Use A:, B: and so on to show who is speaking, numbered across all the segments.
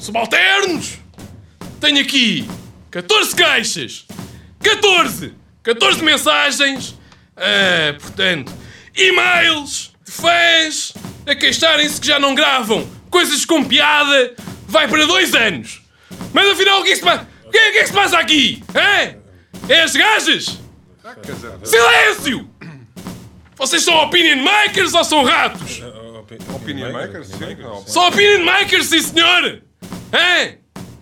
A: Subalternos! Tenho aqui 14 caixas, 14! 14 mensagens, ah, portanto, e-mails de fãs a queixarem-se que já não gravam coisas com piada. Vai para dois anos. Mas afinal, o que é que se passa? O que é, o que é que se passa aqui? Hã? É as gajas? Silêncio! Vocês são opinion makers ou são ratos?
B: Opinion makers, sim.
A: Só opinion makers, sim senhor! Hein?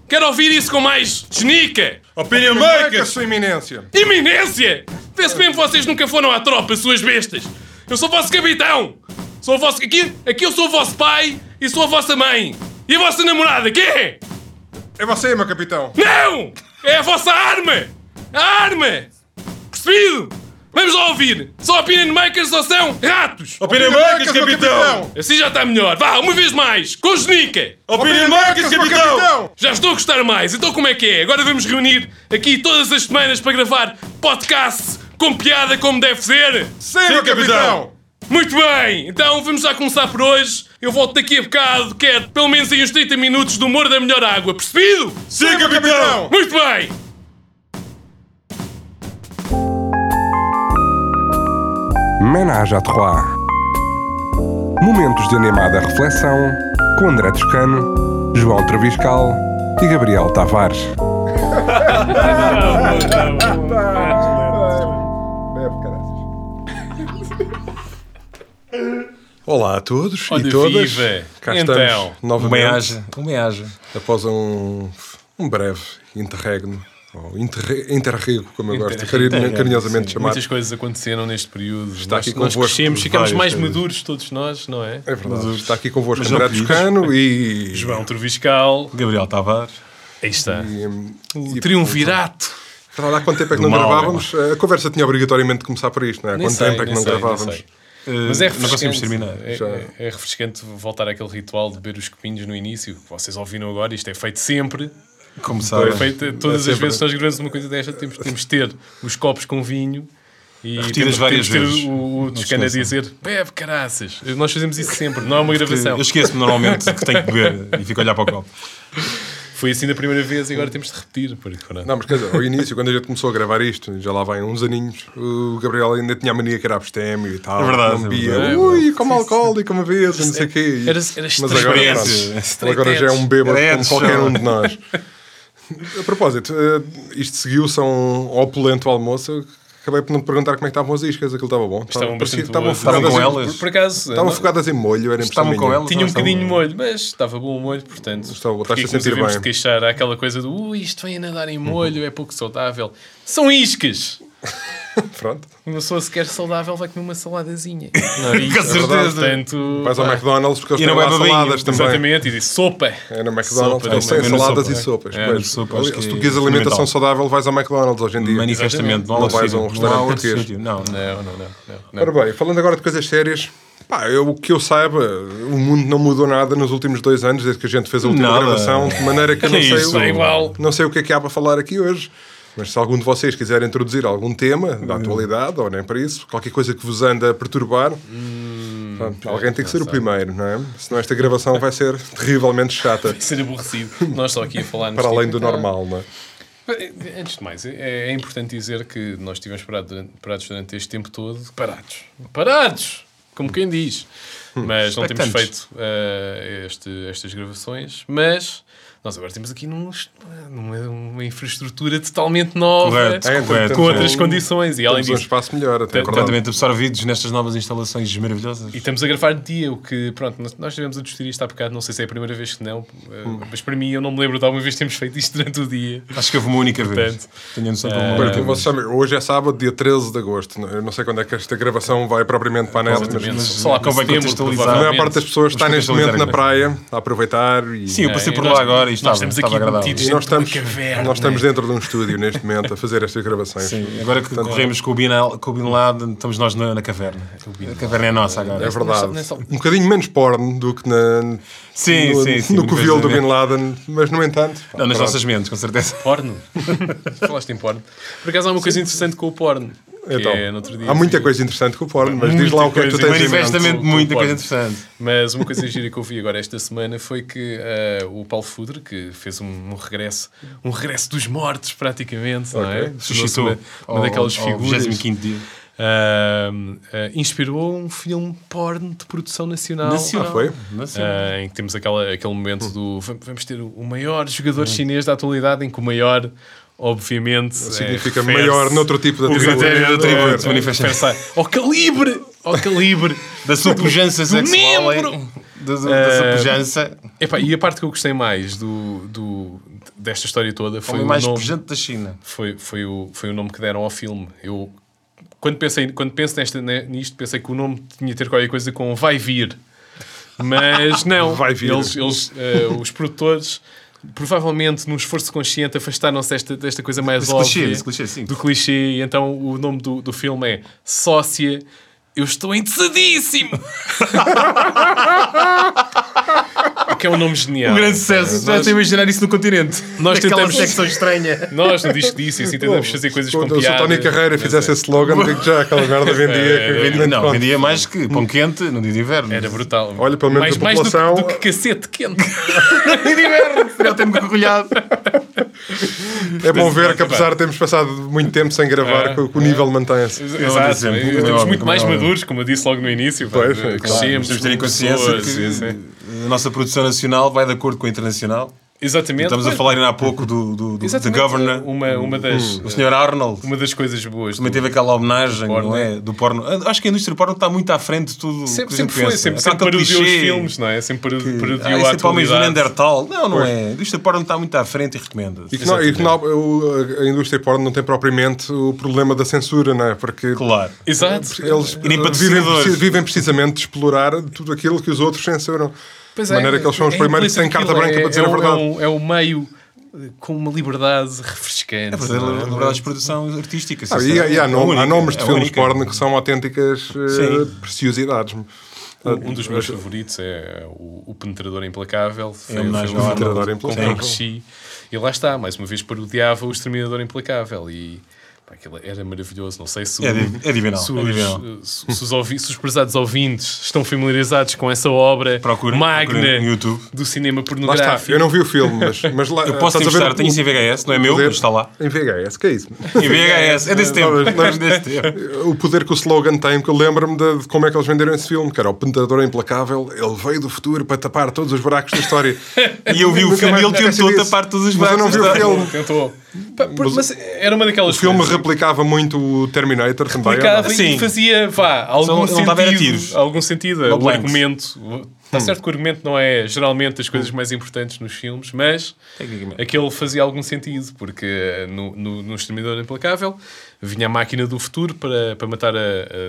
A: Quero ouvir isso com mais genica!
B: Opinion makers, sua eminência.
A: Iminência! Vê-se mesmo que vocês nunca foram à tropa, suas bestas! Eu sou o vosso capitão! Sou o vosso. Aqui, aqui eu sou o vosso pai e sou a vossa mãe! E a vossa namorada, quem é?
B: É você, meu capitão.
A: Não! É a vossa arma! A arma! Percebido? Vamos lá ouvir! Só opinion makers ou são ratos!
C: Opinion Makers, capitão!
A: Assim já está melhor! Vá, uma vez mais! Com genica!
C: Opinion Makers, capitão!
A: Já estou a gostar mais, então como é que é? Agora vamos reunir aqui todas as semanas para gravar podcast com piada como deve ser?
B: Sim, meu capitão.
A: Muito bem, então vamos já começar por hoje. Eu volto daqui a bocado, quero pelo menos aí uns 30 minutos do humor da melhor água, percebido?
C: Sim, capitão!
A: Muito bem!
D: Ménage à Trois. Momentos de animada reflexão com André Toscano, João Traviscal e Gabriel Tavares.
B: Bebe, caraças.
C: Olá a todos
A: Ora,
C: e todas.
A: viva.
C: Cá
A: Então, um
C: estamos novamente
E: Homeagem, homeagem.
C: após um, um breve interregno. Ou interre- interrego, como eu gosto carinho- carinhosamente de chamar.
A: Muitas coisas aconteceram neste período.
C: Está
A: nós,
C: aqui
A: nós
C: convosco
A: crescemos, ficamos mais
C: várias coisas.
A: maduros todos nós, não é?
C: É verdade. Está aqui convosco
E: Mas não
C: André
E: pediste.
C: Toscano e.
A: João Troviscal,
E: Gabriel Tavares.
A: aí está.
C: e-
A: O triunvirato.
C: Verdade, há quanto tempo é que não
E: mal,
C: gravávamos? A conversa tinha obrigatoriamente de começar por isto, não é? Há
A: Nem
C: quanto
A: sei,
C: tempo é que
A: nem
C: não
A: sei, nem
C: gravávamos?
A: sei.
E: Eh,
A: Mas é
E: não conseguimos
A: refrescante.
E: terminar.
A: É,
C: Já.
A: é- é refrescante voltar àquele ritual de beber os copinhos no início, que vocês ouviram agora, isto é feito sempre.
E: Como
A: É
E: sabem,
A: feito todas
C: é
A: as
C: sempre.
A: vezes que nós gravamos uma coisa desta, temos, temos de ter os copos com vinho. E temos-
E: várias
A: temos de
E: vezes.
A: ter o, o Toscano a dizer bebe caraças. Nós fazemos isso sempre, não há uma gravação.
E: eu esqueço-me normalmente que tenho que beber e fico a olhar para o copo.
A: Foi assim da primeira vez e agora temos de repetir. Porque, pronto.
C: Não, mas quer dizer, ao início, quando a gente começou a gravar isto, já lá vai uns aninhos, o Gabriel ainda tinha a mania que era abstémio e tal.
E: É verdade,
C: Não
E: é
C: bebia.
E: verdade.
C: Ui, como alcoólico uma vez, não sei o quê.
A: Era- era
C: mas agora,
E: experiência.
C: pronto, ele agora já é um bêbado
E: Era
C: como
E: Edson.
C: qualquer um de nós. A propósito, eh, isto seguiu-se a um opulento almoço. Acabei por não te perguntar como é que estavam as iscas, aquilo estava bom.
A: Estavam
C: parecia-
A: bastante
C: estavam
A: boas.
C: focadas
E: Estavam com
C: em-
E: elas?
A: Por acaso,
C: Estavam
A: não-
C: focadas em molho, era impressão
E: Estavam com
C: minha.
E: elas?
A: Tinha um
E: não estavam?
A: bocadinho de molho, mas estava bom o molho, portanto.
C: Estava bom,
A: porque
C: estás-te
A: é
C: a
A: que nos
C: sentir
A: devemos
C: bem.
A: de queixar Há aquela coisa do ui, isto vem a nadar em molho, é pouco saudável. São iscas!
C: Pronto.
A: Uma pessoa sequer saudável vai comer uma saladazinha. Não, e-
E: Com certeza.
A: Portanto,
C: Vais ao
A: pá,
C: McDonald's porque eles
E: E não é
C: têm lá
E: bebe vinho,
C: saladas também.
A: Exatamente, e diz sopa.
C: É no
A: Sopa,
C: McDonald's.
A: não,
C: Eles têm
A: menos
C: saladas
E: sopa,
C: e sopas.
A: É,
C: pois.
E: menos sopa, acho
C: Aliás, se
E: que
C: tu
E: é
C: queres alimentação
E: fundamental.
C: saudável, vais ao McDonald's hoje em dia.
E: Manifestamente, não, há
C: Não
E: outro
C: vais
E: sítio,
C: a um restaurante
E: não há outro
C: português.
E: sítio, Não, não.
A: Não, não, não. não, não.
C: Ora bem, falando agora de coisas sérias, pá, eu, o que eu saiba, o mundo não mudou nada nos últimos dois anos, desde que a gente fez a última
E: Nada.
C: gravação, de maneira que eu não
E: Que
C: sei,
E: isso,
C: o,
E: é
A: igual.
C: não sei o que é que há para falar aqui hoje. Mas se algum de vocês quiser introduzir algum tema da atualidade, ou nem para isso, qualquer coisa que vos anda a perturbar, pronto, alguém tem que ser o primeiro, não é? Senão esta gravação vai ser terrivelmente chata,
A: Ser aborrecido. Nós só aqui a falar
C: para além do normal, não é?
A: Antes de mais, é, é importante dizer que nós estivemos parado durante- parados durante este tempo todo. Parados. Parados! Como quem diz.
C: Hum.
A: Mas não temos feito
E: Expectantes.
A: eh, este- estas gravações. Mas nós agora temos aqui num est- numa, uma infraestrutura totalmente nova.
E: Correto,
C: É,
E: correto.
A: Com outras
C: um-
A: condições. E além
C: Temos um
A: disso,
C: espaço melhor, até verdade.
E: Completamente absorvidos nestas novas instalações maravilhosas.
A: E estamos a gravar de dia, o que, pronto, nós- nós estivemos a discutir isto há bocado, não sei se é a primeira vez que não, eh,
C: Hum.
A: mas para mim eu não me lembro de alguma vez termos feito isto durante o dia.
E: Acho que houve uma única vez.
A: Portanto, eh,
E: Tenho noção que
C: Olha,
E: houve
C: como
E: uma
C: vocês sabem, hoje é sábado, dia 13 de agosto. Eu não sei quando é que esta gravação vai propriamente para a net, mas
A: Exatamente.
C: mas
A: Só lá para
E: convém
A: setembro,
E: contextualizar.
C: a
A: provavelmente.
C: maior parte das pessoas está
E: Vamos
C: neste momento na
E: contextualizar a
C: praia a aproveitar e,
E: Sim, é eu passei
A: É,
E: por
A: nós-
E: lá agora e estava,
A: nós estamos
E: estava
A: aqui
E: agradável.
A: metidos
C: e nós,
A: dentro de
C: estamos,
A: uma caverna.
C: nós estamos dentro de um estúdio neste momento a fazer estas gravações.
E: Sim, agora que corremos com o Bin Al- com o Bin Laden, estamos nós na, na caverna. A caverna é nossa agora.
C: É verdade.
A: Nessa- nessa-
C: Um bocadinho menos porno do que na,
E: Sim,
C: no,
E: sim, sim. um
C: no covil do
E: Mas-
C: Bin Laden, mas no entanto.
E: Não, nas
C: pronto.
E: nossas mentes, com certeza.
A: Porno? Falaste em porno. Por acaso há uma coisa interessante com o porno. então,
C: Então,
A: é no outro dia.
C: Há muita
A: sim.
C: coisa interessante com o porno, mas diz
E: Muita
C: lá o que é que tu
E: coisa,
C: tens em mente.
E: Manifestamente
A: mente.
E: muita
A: Concordo.
E: coisa interessante.
A: Mas uma coisa gira que eu vi agora esta semana foi que ah, o Paulo Fudre, que fez um, um regresso, um regresso dos mortos praticamente, não é? Tornou-se
E: Suscitou
A: uma, uma
E: ao-
A: daquelas
E: ao
A: figuras.
E: 25º dia.
A: Ah, ah, inspirou um filme porno de produção nacional.
C: Ah, foi? Hum.
E: Nacional.
A: Ah, em que temos aquela, aquele momento do vam- vamos ter o- o maior jogador chinês da atualidade, em que o maior, obviamente, eh,
C: Significa maior noutro tipo de
A: o
C: atributo.
A: critério de atributo.
E: Se manifesta.
A: refere-se Ao calibre, ao calibre.
E: Da sua pujança sexual.
A: membro!
E: hein? Da, da- da sua
A: Eh,
E: pujança.
A: Epá, e a parte que eu gostei mais do, do- desta história toda foi
E: Foi
A: o,
E: mais
A: um nome,
E: pujante da China.
A: foi, foi, o, foi o nome que deram ao filme. Eu, quando, pensei, quando penso nesta, ne- nisto, pensei que o nome tinha de ter qualquer coisa com vai vir. Mas não,
C: Vai vir.
A: Eles, eles, eh, os produtores, provavelmente num esforço consciente, afastaram-se desta, desta coisa mais
E: Desse
A: óbvia
E: clichê, desse clichê, sim.
A: do clichê. E então o nome do, do filme é Sócia. Eu estou entediadíssimo! O que é um nome genial.
E: Um grande sucesso. Estás a imaginar isso no continente.
A: Nós
E: Aquela
A: tentamos-
E: secção estranha.
A: Nós, no disco disso, e assim, tentamos fazer coisas com
C: Quando se o Tony
A: piadas.
C: Carreira fizesse esse slogan, o que é que já aquela merda vendia? que
E: Vendi-
C: vendia-
E: é, não,
C: É, pronto.
E: vendia mais que pão quente no dia de inverno.
A: Era brutal.
C: Olha, pelo
A: mais,
C: menos a
A: mais do que-
C: população-
A: do, que, cacete quente.
E: Eu tenho-me mergulhado.
C: É bom ver que apesar de termos passado muito tempo sem gravar, que o- que o nível mantém-se.
A: Exato.
E: exemplo,
A: Estamos
E: como é óbvio,
A: muito
E: como é
A: mais
E: óbvio.
A: maduros, como eu disse logo no início. pá.
C: Pois, é, claro.
A: Crescemos,
E: Ah, Temos de ter em
A: como
E: consciência
A: pessoas,
E: que
A: sim, sim.
E: a nossa produção nacional vai de acordo com a internacional.
A: Exatamente.
E: Estamos
A: É,
E: a
A: Pois,
E: falar ainda há pouco do, do, do The
A: exatamente.
E: Governor,
A: Uma, uma, das,
E: o Sr. Arnold.
A: uma das coisas boas.
E: Também
A: do-
E: teve aquela homenagem,
A: porno.
E: não é? Do porno. Acho que a indústria do porno está muito à frente de tudo.
A: Sempre,
E: que a gente
A: sempre foi,
E: pensa.
A: sempre,
E: Aquela
A: sempre parodiou os
E: clichê.
A: filmes, não é? Sempre paro-
E: Ah,
A: parodiou
E: isso
A: a
E: é para homens do
A: atualidade.
E: Neandertal. Não, não é. A indústria do porno está muito à frente e recomenda.
C: E que, não, e que não- o- a indústria porno não tem propriamente o problema da censura, não é? Porque
E: Claro.
A: Exato.
C: eles
E: E nem
C: eh, vivem,
E: patrocinadores.
C: preci- vivem precisamente de explorar tudo aquilo que os outros censuram.
A: Pois
C: de
A: é,
C: maneira que eles são os
A: é
C: primeiros que têm
A: implícito
C: carta
A: aquilo,
C: branca
A: é-
C: para dizer
A: é
C: a
A: um-
C: verdade.
A: É um, é um meio eh, com uma liberdade refrescante.
E: É verdadeira
A: não é?
E: liberdade de produção artística.
C: Ah, e,
E: sinceramente.
C: e há, nom-
E: É
C: há
E: única,
C: nomes de
E: é
C: filmes
E: única.
C: porno que são autênticas eh,
E: Sim.
C: preciosidades.
A: Um um dos meus favoritos é o, o Penetrador Implacável. Foi-
E: homenagem
A: foi um
E: ao
A: filme
C: Penetrador
A: com
C: Implacável.
A: que cresci. E lá está, mais uma vez parodiava o Exterminador Implacável. E pá, aquilo era maravilhoso. Não sei se, o-
E: É di- é divinal,
A: se
E: é
A: os,
E: divinal.
A: se- se os ouvi- se os prezados ouvintes estão familiarizados com essa obra
E: Procurem,
A: magna
E: procurem no YouTube.
A: do cinema
C: Lá está,
A: pornográfico.
C: eu não vi o filme, mas, mas lá.
E: Eu
C: estás
E: posso
C: a ver
E: emprestar,
C: o-
E: tenho isso em VHS, não é meu,
C: poder-
E: mas está lá.
C: Em VHS, que é isso?
E: Em VHS, é desse tempo.
C: Não, mas-
E: Desse tempo.
C: o poder que o slogan tem, porque eu lembro-me de, de como é que eles venderam esse filme, que era o Pentador Implacável, ele veio do futuro para tapar todos os buracos da história.
E: E eu vi o
C: Nunca
E: filme e
C: mais
E: ele
C: esqueci
E: tentou
C: disso.
E: tapar todos os
C: Mas eu não
E: buracos.
C: vi o
E: da-
C: filme.
A: Tentou. Pá, por- Mas era uma daquelas
C: O filme
A: coisas-
C: replicava muito o Terminator também. ou não?
A: explicava
E: Sim.
A: e fazia, vá, algum
E: Só não
A: sentido.
E: estava a ver a tiros.
A: Algum sentido.
E: No
A: o
E: blanks. Hum.
A: argumento. Está certo que o argumento não é geralmente as coisas mais importantes nos filmes, mas
E: Tecnicamente.
A: aquele fazia algum sentido, porque eh, no, no, no Exterminador Implacável vinha a máquina do futuro para, para matar a,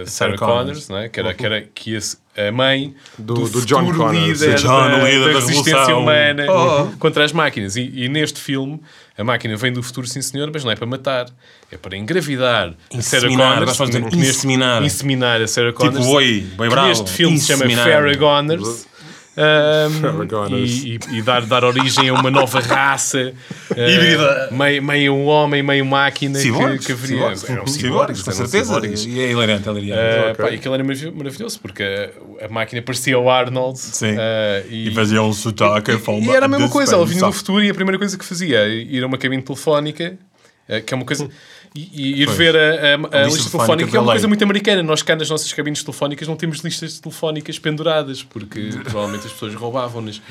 A: a Sarah
E: Sarah
A: Connors,
E: Connors.
A: não é? que, era, que era que esse- a mãe do,
C: do
A: futuro
C: John Connors.
A: líder,
E: Do John,
A: da,
E: o líder
A: da
E: da
A: resistência
E: revolução.
A: humana
E: Oh, oh.
A: contra as máquinas. E, e neste filme, a máquina vem do futuro, sim senhor, mas não é para matar, é para engravidar a Sarah
E: Inseminar,
A: Connors,
E: nós vamos dizer
A: que neste-
E: inseminar. Tipo,
A: inseminar a Sarah Connors.
E: oi,
A: que
E: bem bravo,
A: Neste filme se chama
E: inseminar.
A: Farrah Connors. ahm,
C: Farrah Connors.
A: e, e- e dar, dar origem a uma nova raça ah,
E: Híbrida.
A: meio, meio um homem, meio máquina que-
E: Ciborgues,
A: que, é um haveria
E: ciborgues,
A: eram
E: ciborgues, com
A: eram
E: certeza.
A: ciborgues.
E: E é hilarante, é
A: Ah,
E: hilarante.
A: pá, e aquilo era maravilhoso, maravilhoso, porque a, a máquina parecia o Arnold
E: Sim.
A: ah, e,
E: E fazia um sotaque a
A: e
E: forma
A: era a mesma
E: de
A: coisa, ele vinha
E: pensar.
A: no futuro e a primeira coisa que fazia era ir a uma cabine telefónica, eh, que é uma coisa. E, e ir
E: Pois.
A: ver a, a- a
E: A lista
A: lista telefónica,
E: telefónica
A: que é uma
E: da
A: coisa
E: lei.
A: muito americana. Nós cá nas nossas cabines telefónicas não temos listas telefónicas penduradas, porque provavelmente as pessoas roubavam-nas.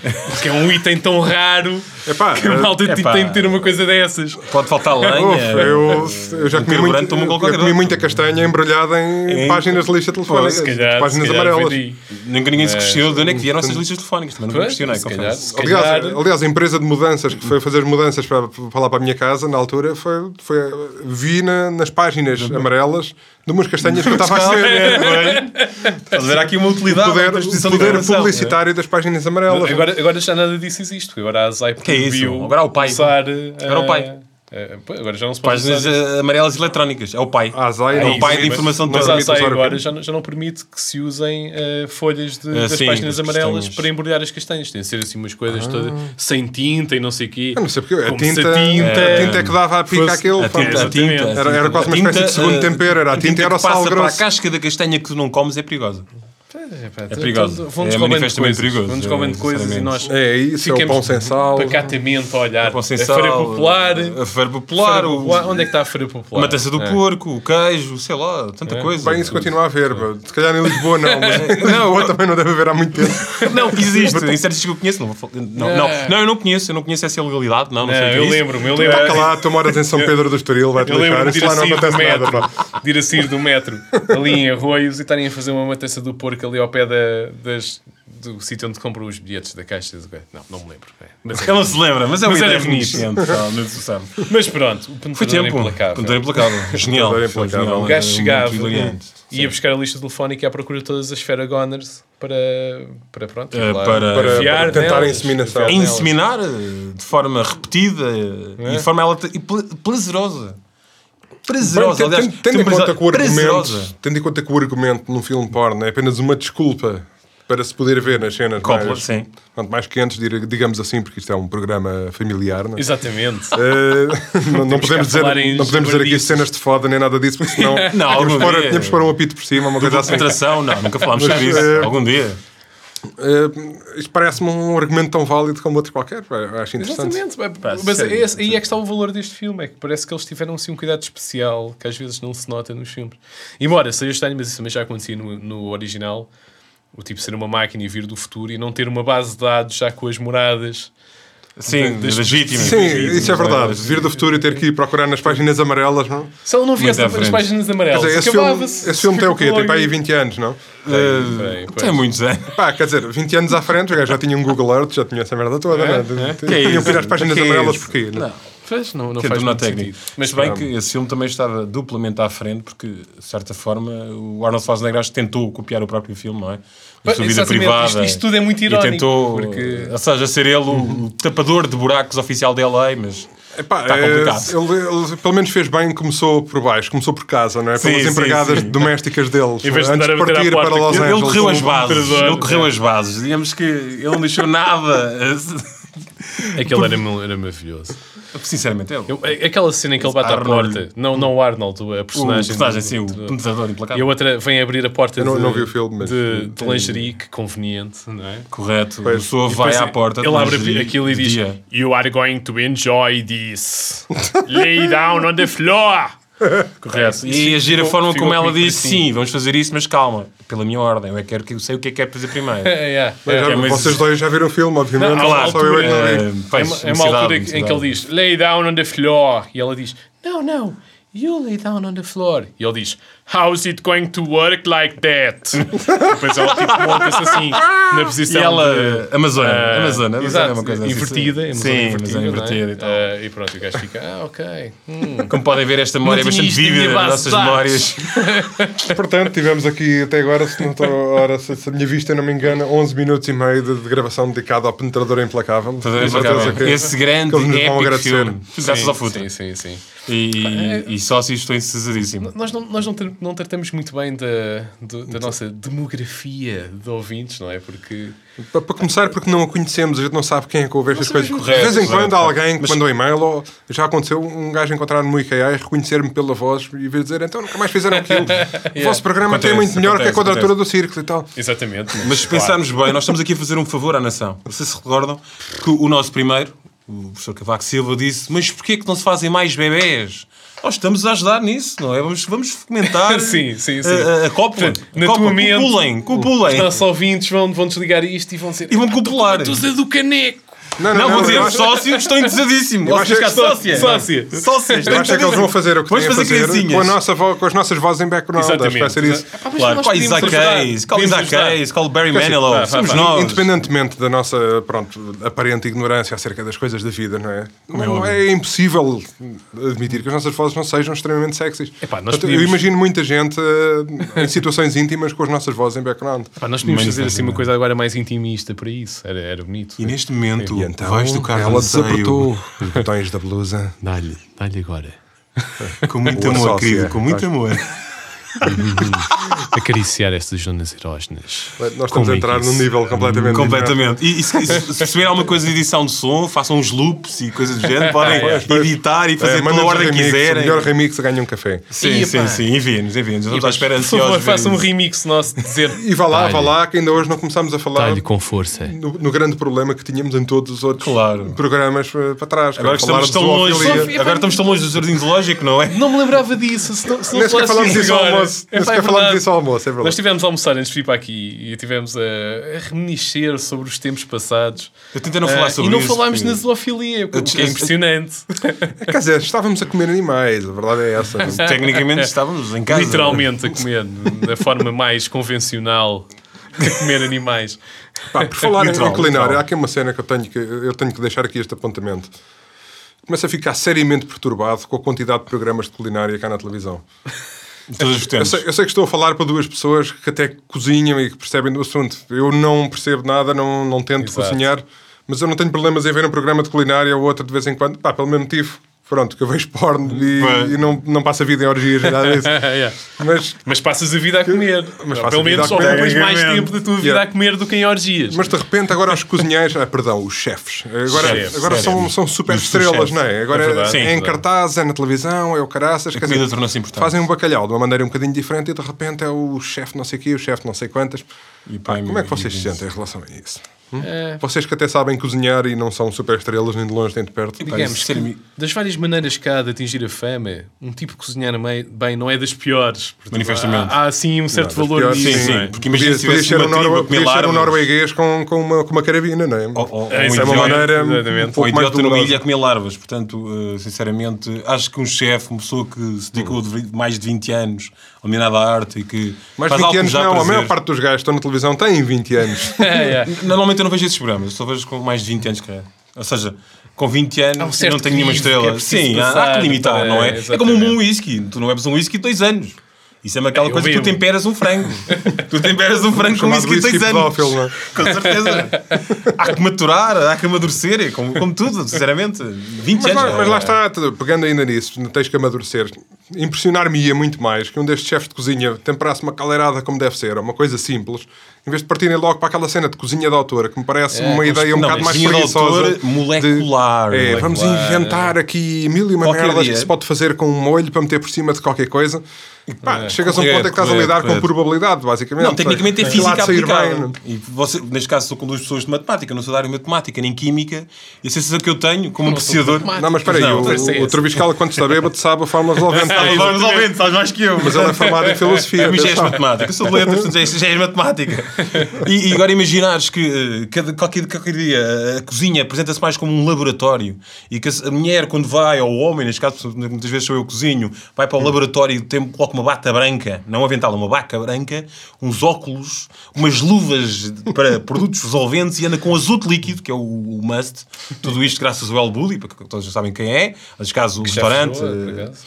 A: Que é um item tão raro
C: Epá,
A: que a malta tipo
E: eh, epá.
A: tem de ter uma coisa dessas.
E: Pode faltar
C: Uf,
E: lenha.
C: eu, eu já comi,
E: carburante,
C: muito,
E: um
C: eu
E: qualquer
C: comi
E: outro.
C: muita castanha embrulhada em,
E: Em-
C: páginas de lista telefónica,
E: Pois, se
A: calhar,
C: páginas
A: se calhar foi
C: amarelas.
A: daí.
E: Nunca ninguém se questionou de onde é que vieram essas listas telefónicas. Também nunca
A: Pois,
E: questionei,
A: se calhar,
E: confesso.
A: se
C: Aliás,
A: calhar.
C: aliás, a empresa de mudanças que foi fazer mudanças para, para lá para a minha casa na altura foi, foi vi na- nas páginas
A: Uhum.
C: amarelas de umas castanhas que eu estava a comer.
E: É, Estás a ver há aqui uma utilidade.
C: O poder,
E: uma
C: o
E: exposição de
C: poder
E: informação,
C: publicitário das páginas amarelas.
A: Agora, agora já nada disso existe. porque Agora a Zai
E: Que é isso?
A: proibiu
E: Agora é o pai.
A: usar,
E: Agora o pai.
A: Eh, pô, agora já não se pode
E: Páginas
A: usar.
E: eh, amarelas eletrónicas. É o pai.
C: A Azai
E: é
C: não
E: o pai
A: isso,
E: de informação de
A: Mas
E: toda
A: a
E: a
A: SAI
C: usar o
A: agora
C: quê?
A: já, não- já não permite que se usem eh, folhas de-
E: Ah,
A: das
E: sim,
A: páginas
E: das
A: amarelas
E: castanhas. Ah.
A: para embrulhar as castanhas. Tem de ser assim umas coisas todas sem tinta e não sei o quê.
C: Eu não sei porque a
A: Como se
C: tinta, a tinta é que dava a pica
A: fosse-
C: aquele.
E: A
C: pá.
E: tinta, a tinta, eh,
A: Exatamente.
C: Era- era quase uma espécie de segundo tempero, era a tinta e era o
E: que passa
C: sal grosso.
E: para a casca da castanha que tu não comes é perigosa.
A: É, pá, t-
E: perigoso.
A: t- Vão-nos
E: É
A: roubando coisas.
E: manifestamente perigoso,
A: Vão-nos roubando
E: é,
A: coisas e nós
C: É isso, é o pão sem sal.
A: pacatamente a olhar.
E: É Pão sem
A: a Feira
E: sal,
A: Popular.
E: eh, A feira popular.
A: Feira
E: o-
A: Popular. Onde é que está a Feira
E: A
A: Popular? É.
E: matança do porco, o queijo, sei lá, tanta coisa.
C: É. Bem, isso continua a haver. pá. Se calhar em Lisboa não, mas na outra também não deve haver há muito tempo.
E: Não, existe. Em certos que eu conheço, não vou falar. Não, não,
A: É.
E: não, eu não conheço, eu não conheço essa ilegalidade, não, não,
A: Não,
E: sei o que é
A: eu
E: isso.
A: lembro-me, eu
C: Pá,
A: lembro-me.
C: lá, Tá tu moras em São Pedro do Estoril, vai-te
A: Eu
C: deixar.
A: lembro-me de
C: Isso
A: ir assim a
C: lá
A: sair
C: não
A: do
C: acontece nada.
A: metro,
C: pá.
A: de ir a sair do metro, ali em Arroios, e estarem a fazer uma matança do porco ali ao pé da- das- do sítio onde compram os bilhetes da caixa. Não, não me lembro. é. Mas,
E: Ele não se lembra, mas é uma
A: Mas
E: ideia
A: era bonito.
E: reminiscente, tá, não se sabe.
A: mas pronto, o
E: Foi
A: penetrado
E: tempo.
A: implacável.
E: Conteúdo implacável. Genial.
C: Conteúdo
E: foi
C: implacável.
E: genial,
A: O gajo
E: era
A: chegava,
E: muito hilariante.
A: ia buscar a lista telefónica e à procura de todas as Fera Goners para, para pronto,
E: Eh,
A: ir lá
E: para-
C: Para,
A: enfiar
C: para tentar a
A: nelas.
C: inseminação.
E: A inseminar eh, de forma repetida eh,
C: É.
E: e de forma ela e ple- prazerosa.
C: Bem,
E: Prazerosa,
C: ten-
E: aliás.
C: ten- Tendo em conta que o
E: prazerosa.
C: argumento, tendo em conta que o argumento num filme porno é apenas uma desculpa para se poder ver nas cenas
E: Coppola,
C: mais,
E: sim.
C: pronto, mais quentes, dir- digamos assim, porque isto é um programa familiar, não é?
A: Exatamente.
C: Eh, não, não podemos dizer,
A: falar em
C: não podemos dizer aqui
A: jaguardistas.
C: cenas de foda nem nada disso, porque senão
E: Não,
C: tínhamos
E: algum
C: pôr-
E: dia.
C: tínhamos de pôr um apito por cima, uma coisa assim.
E: Concentração, não, nunca falámos
C: Mas,
E: sobre isso.
C: eh,
E: Algum dia.
C: Eh, isto parece-me um argumento tão válido como outro qualquer. pá, eu Acho interessante.
A: Exatamente. Mas-
E: Pá,
A: Mas
E: sério,
A: é esse- aí é que está o valor deste filme. É que parece que eles tiveram assim, um cuidado especial que às vezes não se nota nos filmes. Embora seja estranho, mas isso também já acontecia no, no original. O tipo ser uma máquina e vir do futuro e não ter uma base de dados já com as moradas.
E: Sim,
A: das-
E: legítimo.
C: Sim, isso é verdade. Vir do futuro e ter que ir procurar nas páginas amarelas, não?
A: Se ele não viesse as
E: Muito à frente.
A: páginas
C: Quer
A: amarelas,
C: dizer, é, esse, filme,
A: acabava-se.
C: esse filme tem o quê?
A: Ficou
C: Tem para aí
A: logo-
C: 20 anos, não?
A: Bem,
E: Eh,
A: pois.
E: Tem muitos anos.
C: Pá, quer dizer, 20 anos à frente, o gajo já tinha um Google Earth, já tinha essa merda toda, não é?
E: Que é
C: Tinham que ir
E: isso?
C: às páginas
E: Que é
C: amarelas
E: isso?
C: porquê? Não.
A: Pois, não, não
E: Que é
A: faz
E: tribunal
A: muito
E: técnico.
A: sentido.
E: Mas
A: Mas
E: se bem que esse filme também estava duplamente à frente, porque, de certa forma, o Arnold Schwarzenegger acho que tentou copiar o próprio filme, não é? Na
A: Pois,
E: sua vida
A: exatamente.
E: privada.
A: Isto- isto tudo é muito
E: E
A: irónico,
E: tentou,
A: porque-
E: Ou seja, ser ele o, o tapador de buracos oficial da LA, mas.
C: Epá,
E: Está
C: eh,
E: tá complicado.
C: Ele, ele pelo menos fez bem, começou por baixo, começou por casa, não é?
E: Sim,
C: Pelas
E: sim,
C: empregadas
E: sim.
C: domésticas dele.
A: Em vez de
C: antes
A: andar a
C: de
A: bater à
C: partir
A: porta,
C: para Los
A: ele-
E: Ele,
C: Angeles.
E: correu as
A: um
E: bases.
A: predador,
E: Ele correu
A: é.
E: as bases. Digamos que ele não deixou nada.
A: Aquele era, mil- era maravilhoso.
E: Sinceramente, é o,
A: Eu- a- aquela cena em que ele bate
E: Arnold.
A: à porta. Não, não o Arnold, a
E: o
A: personagem.
E: personagem,
A: do-
E: sim, o
A: do-
E: penetrador implacável.
A: E a outra vem abrir a porta
C: não-
A: de,
C: não vi o filme, mas-
A: de, de lingerie, que conveniente, não é?
E: Correto. a
C: Pois.
E: pessoa
A: Pois
E: vai
A: é,
E: à porta.
A: Ele abre
E: mas-
A: aquilo e diz:
E: dia.
A: You are going to enjoy this. Lay down on the floor.
E: Correto.
A: Isso
E: E agir a
A: ficou-
E: forma
A: ficou
E: como ela
A: comigo
E: disse,
A: para
E: sim, vamos fazer isso, mas calma, pela minha ordem, eu é que quero que eu sei o que é que é fazer primeiro.
A: É, é, é.
C: Já-
E: É, mas-
C: Vocês dois já viram o filme, obviamente.
A: Não, há
C: só eu é que não vi.
E: Eh,
A: É
E: pois,
A: uma- é uma
E: necessidade,
A: altura em que ele
E: necessidade.
A: diz lay down on the floor e ela diz no, no, you lay down on the floor. E ele diz how's it going to work like that? Depois ela tipo monta-se assim na
E: E
A: posição
E: ela, Eh, Amazona,
A: de, eh,
E: Amazona, Amazona é uma
A: exato,
E: coisa assim,
A: invertida,
E: sim.
A: Amazona
E: Sim,
A: invertida,
E: Amazona
A: não é?
E: invertida e tal.
A: Eh, e pronto, e o gajo fica, ah, ok. hum,
E: Como podem ver, esta memória é
A: Não tinha
E: bastante
A: isto na minha
E: vívida das
A: base de
E: nossas
A: dados.
E: memórias.
C: Portanto, tivemos aqui até agora, se, não estou, ora, se, se a minha vista não me engana, 11 minutos e meio de, de gravação dedicada ao Penetrador Implacável.
E: Portanto, é
C: Tenho
E: impecável.
C: certeza que-
E: Esse grande,
C: que eles nos vão
E: épico
C: agradecer.
E: filme. Graças ao futuro.
A: Sim, é- sim, sim.
E: E, e só se estou encesadíssimo.
A: Nós não, nós não, tra- não tratamos muito bem da, do- da nossa demografia de ouvintes, não é? Porque
C: Para, para começar, porque não a conhecemos, a gente não sabe quem é que ouve estas coisas.
E: correto,
C: de vez em
E: correto,
C: quando há alguém que mandou e-mail ou já aconteceu um gajo encontrar-me no IKEA e reconhecer-me pela voz e vir dizer então nunca mais fizeram aquilo. O vosso programa tem
E: Acontece,
C: muito melhor que a
E: acontece,
C: quadratura do círculo e tal.
A: Exatamente.
E: Mas se pensarmos bem, nós estamos aqui a fazer um favor à nação. Vocês se recordam que o nosso primeiro, o professor Cavaco Silva, disse: Mas porquê que não se fazem mais bebés? Nós estamos a ajudar nisso, não é? Vamos, vamos fomentar eh,
A: Sim, sim, sim.
E: a, a, a cópula.
A: Portanto, na
E: Cópula,
A: tua mente,
E: copulem,
A: Os
E: copulem.
A: nossos ouvintes vão, vão desligar isto e vão dizer.
E: E vão copular.
A: Tusa do caneco!
C: Não,
E: Não, vou
C: eu
E: dizer,
C: acho-
E: sócio, estou entesadíssimo. Ou
C: acho é
E: seja,
C: que-
E: sócia.
A: sócia.
E: Sócia, estou
C: Eu acho é que eles vão fazer o que
E: Vamos
C: têm a
E: fazer
C: fazer com, a
E: criancinhas.
C: nossa vo- com as nossas vozes em background. Acho que vai ser isso.
A: Ah, pá, mas
E: Claro,
A: nós
E: qual
A: podíamos
E: Isaac
A: ajudar.
E: Hayes, qual
A: Podíamos
E: Isaac
A: ajudar.
E: Hayes, qual Barry Manilow,
A: vá,
E: somos
A: vá,
E: nós.
C: Independentemente da nossa pronto, aparente ignorância acerca das coisas da vida, não é? Não é impossível admitir que as nossas vozes não sejam extremamente sexys.
A: Epá, nós
C: Portanto, Eu
A: podíamos-
C: imagino muita gente eh, em situações íntimas com as nossas vozes em background.
A: Pá, nós podíamos fazer
E: Manifesta,
A: assim uma coisa agora mais intimista para isso. Era, era bonito.
E: E neste momento,
D: E então
E: Vais tocar
D: ela
E: no seio.
D: desapertou os botões da blusa.
A: Dá-lhe, dá-lhe agora.
E: Com muito
D: Boa
E: amor,
D: sócia.
E: querido, com muito amor.
A: Uhum. Acariciar estas zonas erógenas.
C: Nós estamos
A: Como é
C: a
A: que
C: entrar num
A: isso-
C: nível completamente
E: Hum, Completamente. E, e se, se perceber alguma coisa de edição de som, façam uns loops e coisas do género, podem editar e fazer
C: É,
E: pela
C: mandem-nos
E: ordem que
C: remix, O
E: quiserem.
C: melhor remix ganha um café.
E: Sim,
A: Ih,
E: sim,
A: epá.
E: sim, enviem-nos, enviem-nos. Estamos à espera
A: Por favor,
E: ansiosos.
A: faça um
E: ver-nos.
A: remix nosso de dizer
C: E vá lá,
A: Dá-lhe.
C: vá lá, que ainda hoje não começámos a falar
A: dá-lhe com força.
C: no, no grande problema que tínhamos em todos os outros
E: Claro.
C: programas eh, para trás.
E: Agora que estamos tão longe,
A: zoofilia.
E: agora estamos tão longe do jardim zoológico, não é?
A: Não me lembrava disso. Se não, se não
C: Nem sequer
A: falasses
C: falámos disso ao
A: agora.
C: almoço.
A: É
C: Nem
A: pá, é
C: sequer falámos
A: verdade.
C: disso ao almoço, é
A: Nós
C: verdade.
A: estivemos a almoçar antes de vir para aqui e estivemos a, a reminiscer sobre os tempos passados.
E: Eu tentei não
A: Ah,
E: falar sobre
A: e não
E: isso,
A: falámos
E: porque-
A: na zoofilia, o que é
E: Eu-
A: impressionante.
C: Quer dizer, estávamos a comer animais, a verdade é essa. não é?
E: Tecnicamente estávamos em casa.
A: Literalmente a comer, da forma mais convencional de comer animais.
C: Pá, por falar em-
E: Literal,
C: em culinária,
E: literal.
C: há aqui uma cena que eu tenho que, eu tenho que deixar aqui este apontamento. Começo a ficar seriamente perturbado com a quantidade de programas de culinária que há na televisão.
E: De Todas as
C: Eu
E: vertentes.
C: sei, eu sei que estou a falar para duas pessoas que até cozinham e que percebem do assunto. Eu não percebo nada, não, não tento
A: Exato.
C: cozinhar, mas eu não tenho problemas em ver um programa de culinária ou outro de vez em quando, pá, pelo mesmo motivo. Pronto, que eu vejo porno
E: Bem.
C: e, e não, não passo a vida em orgias, nada disso.
A: Ah, Yeah.
C: Mas,
A: Mas passas a vida a comer.
C: Mas
A: Ou
C: passo
A: Pelo
C: a vida
A: menos
C: a comer.
A: ocupas mais
E: Tecnicamente.
A: tempo da tua vida
C: Yeah.
A: a comer do que em orgias.
C: mas de repente agora os cozinheiros, ah, perdão, os chefes, agora,
A: Chefes,
C: agora
E: sério.
C: são, são super
E: Os
C: estrelas,
E: chefes.
C: não é? Agora
A: É
C: é,
A: verdade. Sim,
C: em
A: verdade.
C: cartaz, é na televisão, é o caraças. quer
E: comida
C: dizer,
E: tornou-se importante.
C: Fazem um bacalhau de uma maneira um bocadinho diferente e de repente é o chefe não sei o quê, o chefe não sei quantas.
E: E
C: Pá,
E: pá,
C: como é que
E: e-
C: vocês se
E: e-
C: sentem em relação a isso? Hum?
A: É.
C: Vocês que até sabem cozinhar e não são super estrelas, nem de longe nem de perto.
E: Diga-
A: Digamos
E: isso
A: que,
E: seria-
A: das várias maneiras que há de atingir a fama, um tipo cozinhar mei- bem não é das piores. Portanto,
E: Manifestamente.
A: Há, há sim um certo
C: das
A: valor
C: piores,
A: nisso.
E: Sim,
C: Sim,
E: sim,
A: não é?
E: porque imagina
C: Podia-
E: se tivesse
C: podia
E: uma
C: ser um
E: tribo a
C: norwe-
E: comer
C: podia ser um
E: larvas.
C: norueguês com, com, uma, com uma carabina, não é?
E: Ou- ou- ou
A: É, isso
E: um
C: é uma
E: idiota.
C: maneira
A: exatamente.
C: um
E: Ou
C: pouco mais
E: idiota numa
C: dolorosa.
E: ilha a comer larvas. Portanto, eh, sinceramente, acho que um chefe, uma pessoa que se dedicou de vi- mais de 20 anos ao meninado à arte e que
C: Mais
E: faz
C: 20
E: algo que
C: anos
E: já há
C: não, a
E: prazer.
C: maior parte dos gajos que estão na televisão têm 20 anos.
A: É, é.
E: Normalmente eu não vejo esses programas, eu só vejo com mais de 20 anos, cara. Ou seja, com 20
A: Há um
E: anos eu
A: certo
E: não tenho nenhuma
A: crivo que é
E: estrela.
A: preciso
E: Sim, há- há
A: passar,
E: que limitar,
A: é,
E: não é? É como um
A: exatamente.
E: whisky, tu não bebes um whisky de dois anos. Isso é aquela
A: Eu
E: coisa que tu
A: bebo.
E: temperas um frango. tu temperas um frango com
C: Chamado
E: whisky de dois
C: whisky
E: anos.
C: pedófilo, não é?
E: Com certeza. há que maturar, há que amadurecer, é como, como tudo, sinceramente. 20
C: Mas lá,
E: anos. cara.
C: mas lá está, te- pegando ainda nisso, tens que amadurecer. Impressionar-me-ia muito mais que um destes chefes de cozinha temperasse uma caldeirada como deve ser, ou uma coisa simples, em vez de partirem logo para aquela cena de cozinha da autora, que me parece uma ideia um
E: É, não,
C: bocado mais
E: cozinha de
C: preguiçosa.
E: autor molecular,
C: É,
E: molecular.
C: vamos inventar aqui mil e uma
E: Qualquer
C: merdas
E: dia. é?
C: que se pode fazer com um molho para meter por cima de qualquer coisa. E,
E: É,
C: pá, chegas a um
E: correto,
C: ponto em que estás a
E: correto,
C: lidar com
E: correto.
C: probabilidade, basicamente.
E: Não, tecnicamente é
C: Sei lá,
E: física
C: de sair
E: aplicada.
C: bem. é?
E: E você, neste caso, sou com duas pessoas de matemática, não sou da área de matemática nem química, e a sensação que eu tenho como um apreciador.
A: matemática.
C: Não, mas espera aí,
E: Não,
C: o,
A: não sei
C: o,
A: esse.
C: Trubiscal, quando está bêbado, sabe a fórmula resolvente.
E: Ah, agora resolvendo, sabes mais que eu.
C: Mas ele é formado em filosofia.
E: A mim já és
C: atenção.
E: matemática. Eu sou de letras, portanto já és, já és matemática. E, e agora imaginares que eh, cada, qualquer, qualquer dia eh, a cozinha apresenta-se mais como um laboratório e que a mulher, quando vai, ou o homem, neste caso, muitas vezes sou eu que cozinho, vai para o laboratório e tem, coloca uma bata branca, não um avental, uma baca branca, uns óculos, umas luvas para produtos resolventes e anda com azoto líquido, que é o, o must. Tudo isto graças ao El Bulli, porque todos já sabem quem é, neste caso, o restaurante.
A: fechou, por
E: eh,
A: acaso,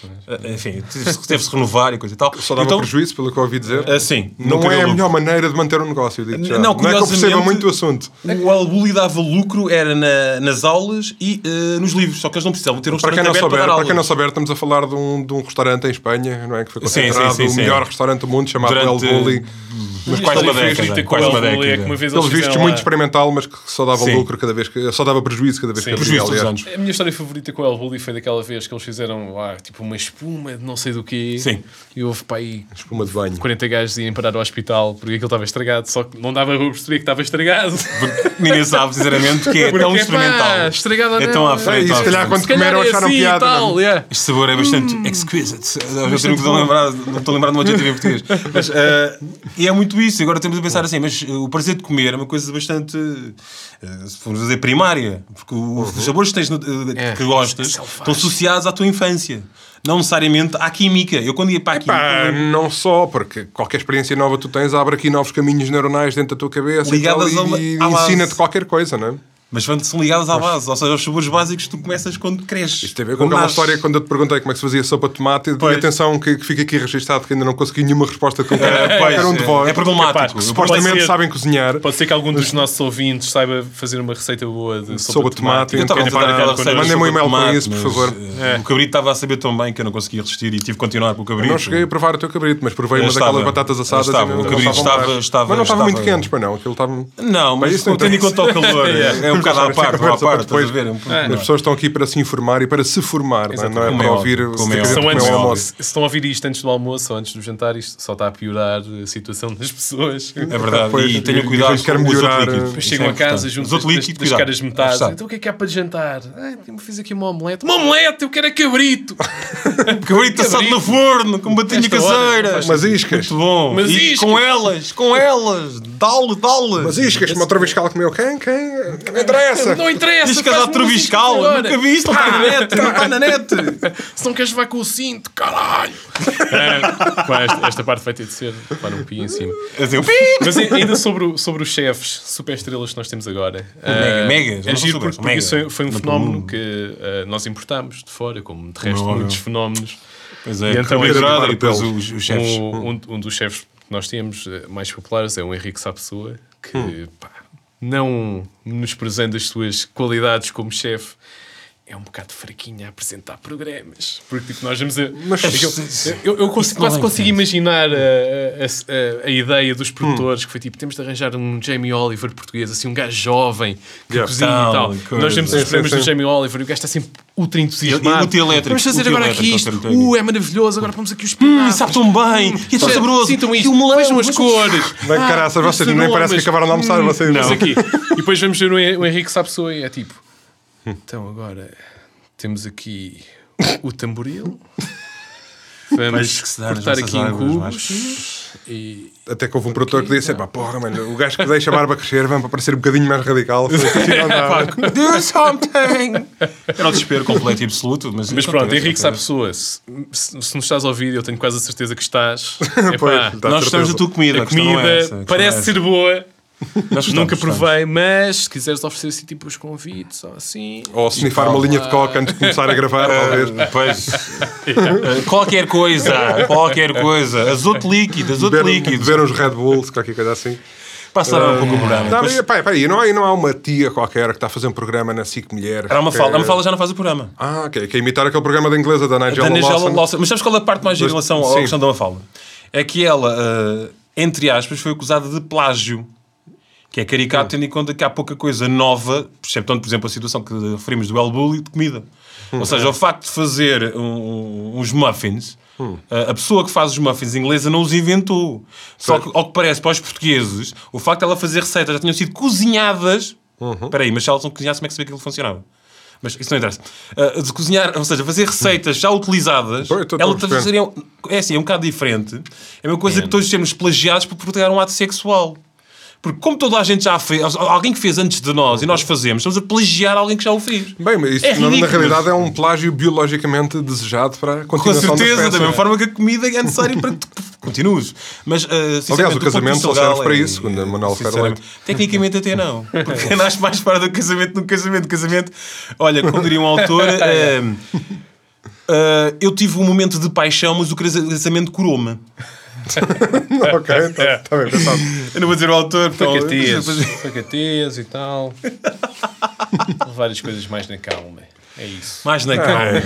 E: eh, Enfim, teve-se teve-se renovar e coisa e tal.
C: Só dava prejuízo, pelo que eu ouvi dizer.
E: Ah, sim.
C: não
E: então- Nunca
C: é
E: deu
C: a
E: lucro.
C: melhor maneira de manter um negócio, digo
E: N-
C: já.
E: não,
C: Não, é que eu perceba
E: curiosamente-
C: muito o assunto.
E: É O Albuli dava lucro era na- nas aulas e eh, nos livros, só que eles não precisavam ter um
C: Para
E: restaurante
C: quem, não
E: aberto
C: souber,
E: para dar
C: para
E: aulas.
C: quem não souber, estamos a falar de um, de um restaurante em Espanha, não é? Que foi
E: Sim,
C: considerado
E: sim, sim,
C: o
E: sim.
C: melhor restaurante do mundo, chamado
E: Durante-
C: El Bulli.
E: mas quase uma década.
A: Acredita que o
E: Quase uma
A: Elvio é que
E: década.
A: uma vez eles
C: Pelos vistos,
A: fizeram
C: muito
A: lá-
C: experimental, mas que só dava
E: Sim.
C: lucro cada vez que. Só dava prejuízo cada vez
A: Sim.
C: que abria.
E: Prejuízo todos os
C: aliás.
E: anos.
A: A minha história favorita com o El Bulli foi daquela vez que eles fizeram lá, tipo uma espuma de não sei do quê.
E: Sim.
A: E houve para aí
C: Espuma de banho.
A: 40 gajos irem parar ao hospital porque aquilo estava estragado, só que não dava para perceber que estava estragado.
E: Porque Ninguém sabe, sinceramente, porque é
A: Porque,
E: tão
A: pá,
E: experimental.
A: estragado ou
E: É
A: não,
E: tão à
A: é-
E: frente.
C: E
E: à
C: se calhar
E: frente.
C: quando comeram acharam
A: assim e
C: piada. não é?
A: tal, yeah.
E: Este sabor é bastante exquisite. Eu não
A: Hum. Bastante
E: estou a lembrar, não estou a lembrar de um adjetivo em português. Mas, eh, e é muito isso. Agora temos a pensar assim, mas eh, o prazer de comer é uma coisa bastante, eh, se formos dizer, primária. Porque o- os sabores que, tens, no- eh,
A: Uhum. É,
E: que gostas
A: selvagem.
E: estão associados à tua infância. Não necessariamente à química. Eu quando ia para a química...
C: Pá,
E: eu
C: não só, porque qualquer experiência nova tu tens abre aqui novos caminhos neuronais dentro da tua cabeça e,
E: Ligadas
C: tal,
E: a uma-
C: e, e
E: à base.
C: ensina-te qualquer coisa, não é?
E: mas vão- são ligadas à base. Ou seja, aos sabores básicos que tu começas quando cresces.
C: Isto tem a ver com aquela
E: nasces.
C: história quando eu te perguntei como é que se fazia sopa de tomate e
E: Pois.
C: atenção que, que fica aqui registado que ainda não consegui nenhuma resposta com
E: É, pois,
C: era um de vós.
E: é problemático.
C: que
E: Eu
C: supostamente
A: pode ser-
C: sabem cozinhar.
A: Pode ser que algum dos nossos ouvintes saiba fazer uma receita boa de
C: Sopa de tomate,
E: Eu
C: então,
E: estava
A: Querem
E: a tentar
A: falar
E: aquela
A: com
E: receita
A: nós?
E: de
C: Mandem-me um
E: sopa de
C: e-mail com
E: tomate,
C: isso, por
E: mas,
C: favor.
A: É.
E: eh, O cabrito estava a saber tão bem que eu não conseguia resistir e tive que continuar com o cabrito.
C: Eu não cheguei a provar o teu cabrito, mas provei
E: Eu
C: umas
E: estava.
C: daquelas batatas
E: Eu
C: assadas
E: estava.
C: e não
E: O cabrito
C: estavam
E: estava-
C: mais.
E: estava-
C: Mas não estavam muito
E: estava-
C: quentes, para não. Aquilo estava...
E: Não, mas,
C: Mas
E: mas
C: isso não
E: tendo em
C: interessa.
E: conta o calor, é, é um bocado à parte, uma à
C: Conversa para
E: parte, estás a
C: depois.
E: ver? É um-
C: As
E: não.
C: pessoas estão aqui para se informar e para se formar, não é? não é
E: Como é
C: para ouvir
E: óbvio,
C: se
E: como
C: tem
E: é
C: que ver
E: óbvio.
A: São
C: como é
A: antes,
C: o
A: se
C: almoço.
A: se estão a ouvir isto antes do almoço ou antes do jantar, isto só está a piorar a situação das pessoas.
E: É verdade,
C: Pois,
E: e
C: e
E: tenham
C: depois
E: cuidado
C: quero
E: com os
C: melhorar,
E: outros líquidos.
C: eh,
A: Depois
E: Isso
A: chegam
E: é
A: a casa
E: importante.
A: juntos
E: Os outros
A: das, das
E: líquidos, cuidado.
A: caras metades.
E: Lá está.
A: Então o que é que há para jantar? Ah, eu fiz aqui uma omelete. Uma omelete, eu quero é cabrito.
E: Cabrito assado
A: Cabrito.
E: no forno, com batinha
A: Então, Esta hora,
E: caseira.
A: não faz
C: Mas iscas.
E: Muito bom.
A: Mas
E: e
A: iscas.
E: com elas, com elas. Dá-lhe, dá-lhe.
C: Mas iscas, uma outra vez que ela comeu quem? Quem? Não interessa.
A: Não interessa.
E: Diz que é
A: faz música
E: troviscal.
A: agora.
E: Nunca vi isto, não está na net. Não está na net.
A: Se não queres levar com o cinto, caralho. É, bom, esta, esta parte vai ter de ser para um pi em cima.
E: Assim,
A: Mas a- ainda sobre, o- sobre os chefes super estrelas que nós temos agora.
E: Mega,
A: eh,
E: megas,
A: É
E: não
A: giro porque,
E: são super,
A: porque
E: mega.
A: isso foi- foi um
E: Não,
A: fenómeno
E: hum.
A: que eh, nós importámos de fora, como de resto
E: Como é óbvio.
A: muitos fenómenos.
E: Pois
A: E
E: é,
A: então
E: então é
A: é
E: jurada
C: Eduardo
E: e depois
C: Pelos.
E: os os chefes. Hum.
A: Um, um- um dos chefes que nós temos eh, mais populares é o Henrique Sapessoa, que
E: Hum.
A: pá, não menosprezando as suas qualidades como chefe, é um bocado fraquinho a apresentar programas. Porque tipo, nós vamos a. Aquilo- eu, eu consigo- quase
E: é
A: consigo imaginar a, a- a- a ideia dos
E: Hum.
A: produtores que foi tipo: temos de arranjar um Jamie Oliver português, assim, um gajo jovem que
C: Yeah.
A: cozinha
E: Tal,
A: e tal.
E: coisa.
A: Nós temos
C: Sim,
A: os
C: sim,
A: programas do
C: sim.
A: Jamie Oliver e o gajo está sempre ultra entusiasmado.
E: E multielétrico,
A: Vamos fazer agora
E: multielétrico,
A: aqui
E: é o
A: isto.
E: termo técnico.
A: Uh, é maravilhoso, agora vamos aqui os
E: Hum, sabe tão bem. E é tão saboroso.
A: Sintam
E: E
A: isto,
E: o melão. Ah,
A: vejam as cores.
C: Bem, caraças, vocês nem parece que acabaram de almoçar.
E: Hum,
C: Vocês
A: Não. aqui. E depois vamos ver o Hen- o Henrique Sapessoa e é tipo... Então agora temos aqui o tamboril. Vamos
E: Mas que se dá nas
A: cortar
E: nossas
A: aqui em
E: águas,
A: cubos. E...
C: Até que houve um produtor que disse: pá, porra, mano, o gajo que deixa a barba crescer, vamos para parecer um bocadinho mais radical. Foi assim, não dá.
E: Do something. Era o desespero completo e absoluto. Mas,
A: Mas pronto,
E: acontece,
A: Henrique
E: acontece.
A: Sapessoa, se, se, se nos estás a ouvir, eu tenho quase a certeza que estás. Epá,
C: Pois, tá. dá
E: Nós
C: certeza.
E: gostamos da tua comida.
C: é
A: a é comida parece ser boa, nunca provei, mas se quiseres oferecer assim tipo os convites ou assim...
C: Ou snifar uma linha de coca antes de começar a gravar,
E: Ah,
C: talvez.
E: Pois. Eh, qualquer coisa, qualquer coisa. Azoto líquido, azoto
A: um-
C: Beber,
E: líquido.
C: beber uns Red Bulls, qualquer coisa assim.
E: Passaram um
A: Ah.
E: pouco o programa.
C: Não,
E: Depois-
C: e, pá, pá, e não, há, e não há uma tia qualquer que está a fazer um programa na SIC Mulheres.
E: Era uma
C: que-
E: fala. A Mafalda já não faz o programa.
C: Ah, que, que é imitar aquele programa da inglesa da Nigella,
E: Da Angela
C: é Lawson.
E: Lawson. Mas sabes qual é a parte mais gira em relação à
C: Sim.
E: questão da Mafalda? É que ela, eh, entre aspas, foi acusada de plágio. Que é caricato,
C: Hum.
E: tendo em conta que há pouca coisa nova, exceptuando, por exemplo, a situação que referimos do El Bulli, de comida.
C: Hum.
E: Ou seja, o facto de fazer um- um- uns muffins,
C: Hum.
E: eh, a pessoa que faz os muffins inglesa não os inventou. Só que, ao que parece, para os portugueses, o facto de ela fazer receitas já tinham sido cozinhadas.
C: Uhum.
E: Espera aí, mas se elas não cozinhassem, como é que sabia que aquilo funcionava? Mas isso não interessa. Eh, de cozinhar, ou seja, fazer receitas já utilizadas,
C: Pois, estou- estou
E: ela
C: a perceber.
E: fazeria. É assim, é um bocado diferente. É uma coisa que todos temos plagiados por proteger um ato sexual. Porque como toda a gente já fez, alguém que fez antes de nós e nós fazemos, estamos a plagiar alguém que já o fez.
C: Bem, mas isso
E: É
C: na, na
E: ridículo.
C: realidade é um plágio biologicamente desejado para a
E: Com
C: continuação
E: certeza,
C: das
E: da mesma forma que a comida é necessária para que tu continues. Mas, uh,
C: Aliás, o
E: do ponto de
C: casamento
E: vista
C: só serve
E: legal
C: para isso, segundo a Manuel
E: sinceramente,
C: Ferleite.
E: Tecnicamente até não. Porque nasce mais fora do casamento do que casamento. Casamento, olha, como diria um autor, eh, eh, eu tive um momento de paixão, mas o casamento curou-me.
C: ok, está
E: É.
C: bem pensado.
E: Eu não vou dizer o autor, porque
A: Facatez, facatez e tal. Levar as coisas mais na calma. É isso.
E: Mais na calma.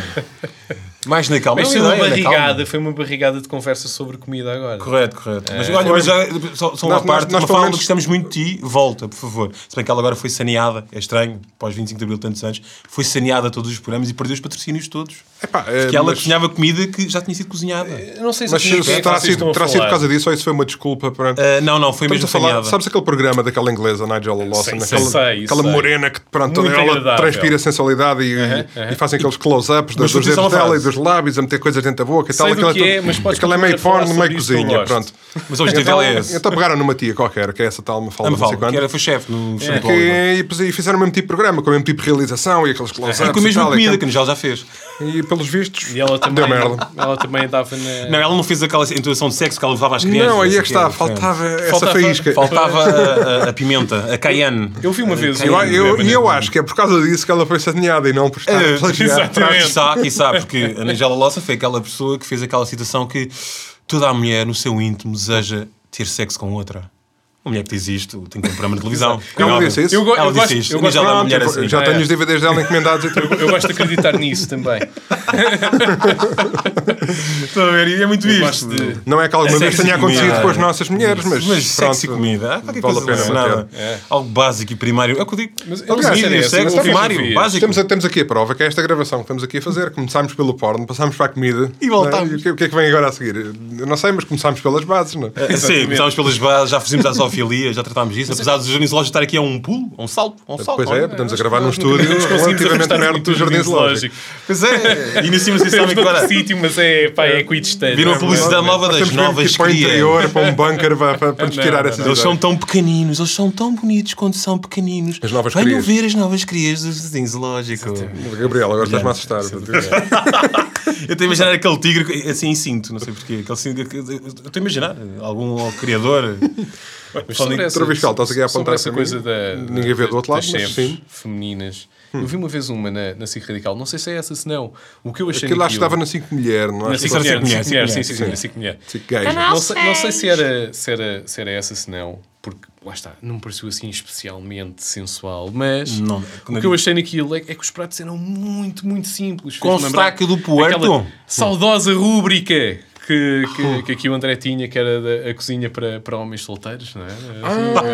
E: Mais na calma.
A: Mas
E: É
A: foi
E: uma
A: uma
E: ideia, na calma.
A: barrigada, foi uma barrigada de conversa sobre comida agora.
E: Correto, correto. Mas olha, mas já, só, só uma
C: Nós- nós-
E: parte,
C: nós pelo
E: uma fala
C: menos-
E: que estamos muito de ti, volta, por favor. Se bem que ela agora foi saneada, é estranho, pós 25 de abril, tantos anos, foi saneada todos os programas e perdeu os patrocínios todos.
C: Epá, é,
E: Porque ela
C: mas-
E: cozinhava comida que já tinha sido cozinhada.
A: Eu não sei se
C: Mas
A: eu
C: se,
A: sei
C: se
A: o que é
C: terá,
A: que vocês
C: sido,
A: estão a
C: terá sido por
A: falar.
C: causa disso ou isso foi uma desculpa para.
E: Ah, não, não, foi
C: Estamos
E: mesmo
C: a falar,
E: saneada.
C: sabes aquele programa daquela inglesa, Nigella Lawson,
A: Sei, sei,
C: aquela,
A: sei,
C: aquela
A: sei.
C: morena que pronto,
A: Muito
C: ela
A: agradável.
C: transpira sensualidade e, e fazem aqueles close-ups dos
E: Mas
C: dos
E: vou dizer
C: dedos
E: uma
C: dela e
E: frase.
C: dos os lábios, a meter coisas dentro da boca e tal.
A: Sei do
C: aquela
A: que é, mas podes
C: aquela meio
A: continuar a falar
C: porno,
A: sobre
C: meio
A: isto, eu
C: cozinha,
A: gosto.
C: pronto.
E: Mas o objetivo dela é esse.
C: Então pegaram numa tia qualquer, que é essa tal, me
E: A
C: fala, não sei
E: Mafalda, que
C: quanto.
E: era foi chefe no Instituto
C: Que, e depois aí fizeram o mesmo tipo de programa, com o mesmo tipo de realização e aqueles close-ups.
E: É com a
C: e
E: mesma
C: tal, e
E: comida
C: aquilo.
E: que a Angela já fez.
C: E pelos vistos,
A: E ela também,
C: deu merda.
A: Ela também andava na.
E: Não, ela não fez aquela intuação de sexo que ela levava às crianças.
C: Não, aí é
E: sei
C: que
E: o quê,
C: está,
E: portanto.
C: faltava essa
A: Faltava-
C: faísca.
E: Faltava a, a- a pimenta, a cayenne.
A: Eu vi uma vez.
C: Eu,
A: um-
C: eu, e eu acho que é por causa disso que ela foi saneada e não por estar
E: É,
C: plagiada.
A: exato. Exatamente.
E: Sabe, e sabe, porque a Angela Lawson foi aquela pessoa que fez aquela citação que toda a mulher no seu íntimo deseja ter sexo com outra. Uma mulher que diz isto tem que ter um programa de televisão.
C: Ela
E: Óbvio.
C: disse isso? tipo,
A: Eu, go-
E: Ela
A: eu
E: disse
A: gosto,
E: isto.
A: eu
E: Mas
A: gosto,
E: ela é uma
A: Pronto,
E: mulher assim.
C: Já
A: É.
C: tenho os DVDs dela encomendados e tudo.
A: eu gosto de acreditar nisso também.
E: Estou a ver, e é muito
A: Eu
E: isto.
A: gosto de-
C: Não é que alguma vez
E: Sexy
C: tenha
E: comida.
C: acontecido com as nossas mulheres, mas,
E: Mas
C: pronto.
E: sexo e comida, há qualquer
C: vale a
E: coisa
C: pena É.
E: relacionada. Algo básico e primário. É o que eu digo.
A: Mas eu
E: Algo
A: não sei
E: primário,
A: dessa,
E: sexo,
A: mas eu
E: primário,
A: vi.
E: básico.
C: Temos, temos aqui a prova, que é esta gravação que estamos aqui a fazer. Começámos pelo porno, passámos para a comida.
E: E voltámos.
C: não é? E o, que, o que é que vem agora a seguir? Eu não sei, mas começámos pelas bases, não é?
E: Sim, começámos pelas bases, já fizemos a zoofilia, já tratámos disso. Apesar do jardim zoológico estar aqui a um pulo, a um salto, a um salto.
C: Pois
E: não
C: é, estamos a gravar num
A: Nós nunca
C: estúdio
A: nos conseguimos
C: relativamente
A: afastar
C: perto
A: muito
C: do Jardim Zoológico.
E: Pois é. E no cima vocês
A: Estamos
E: sabem que
A: noutro
E: agora
A: sítio, mas é, pá, é equidistante.
E: viram a
A: É
E: publicidade
A: verdade.
E: nova
C: Nós
E: das
C: temos mesmo que
E: novas
C: ir para o
E: crias.
C: interior, para um bunker, para, para, para nos
A: Não,
C: tirar
A: não,
C: essas
A: não.
C: ideias.
E: Eles são tão pequeninos, eles são tão bonitos quando são pequeninos.
C: As novas
E: Venham
C: crias.
E: ver as novas crias do jardim zoológico.
C: Gabriel, agora estás-me a assustar.
E: Eu estou a imaginar aquele tigre assim em cinto, não sei porquê. Aquele cinto, que- eu estou a imaginar algum criador.
A: Mas sobre essa-
C: Traviscal, estás aqui a
A: sobre
C: apontar
A: essa
C: para
A: coisa
C: mim?
A: da,
C: Ninguém vê do outro lado,
A: das
C: mas
A: chefes
C: sim. Hum.
A: femininas. Eu vi uma vez uma na, na SIC Radical, não sei se é essa, se não. O que eu achei
C: Aquilo acho que
A: naquilo-
C: estava na 5 mulher, não é?
A: na
E: Isso
A: SIC
E: era
A: Mulher,
E: SIC Mulher,
A: SIC Mulher,
E: SIC
A: sim, sim, sim, na SIC Mulher.
C: Cinco gajas.
A: Não sei, não sei se, era, se, era, se era essa, se não, porque lá está, não me pareceu assim especialmente sensual, mas
E: Não,
A: o que eu achei naquilo é, é que os pratos eram muito, muito simples.
E: Com
A: Fez-me lembrar
E: sotaque do
C: Hum.
E: Puerto.
A: aquela Saudosa rúbrica que, que, que aqui o André tinha, que era da, a cozinha para, para homens solteiros, não é?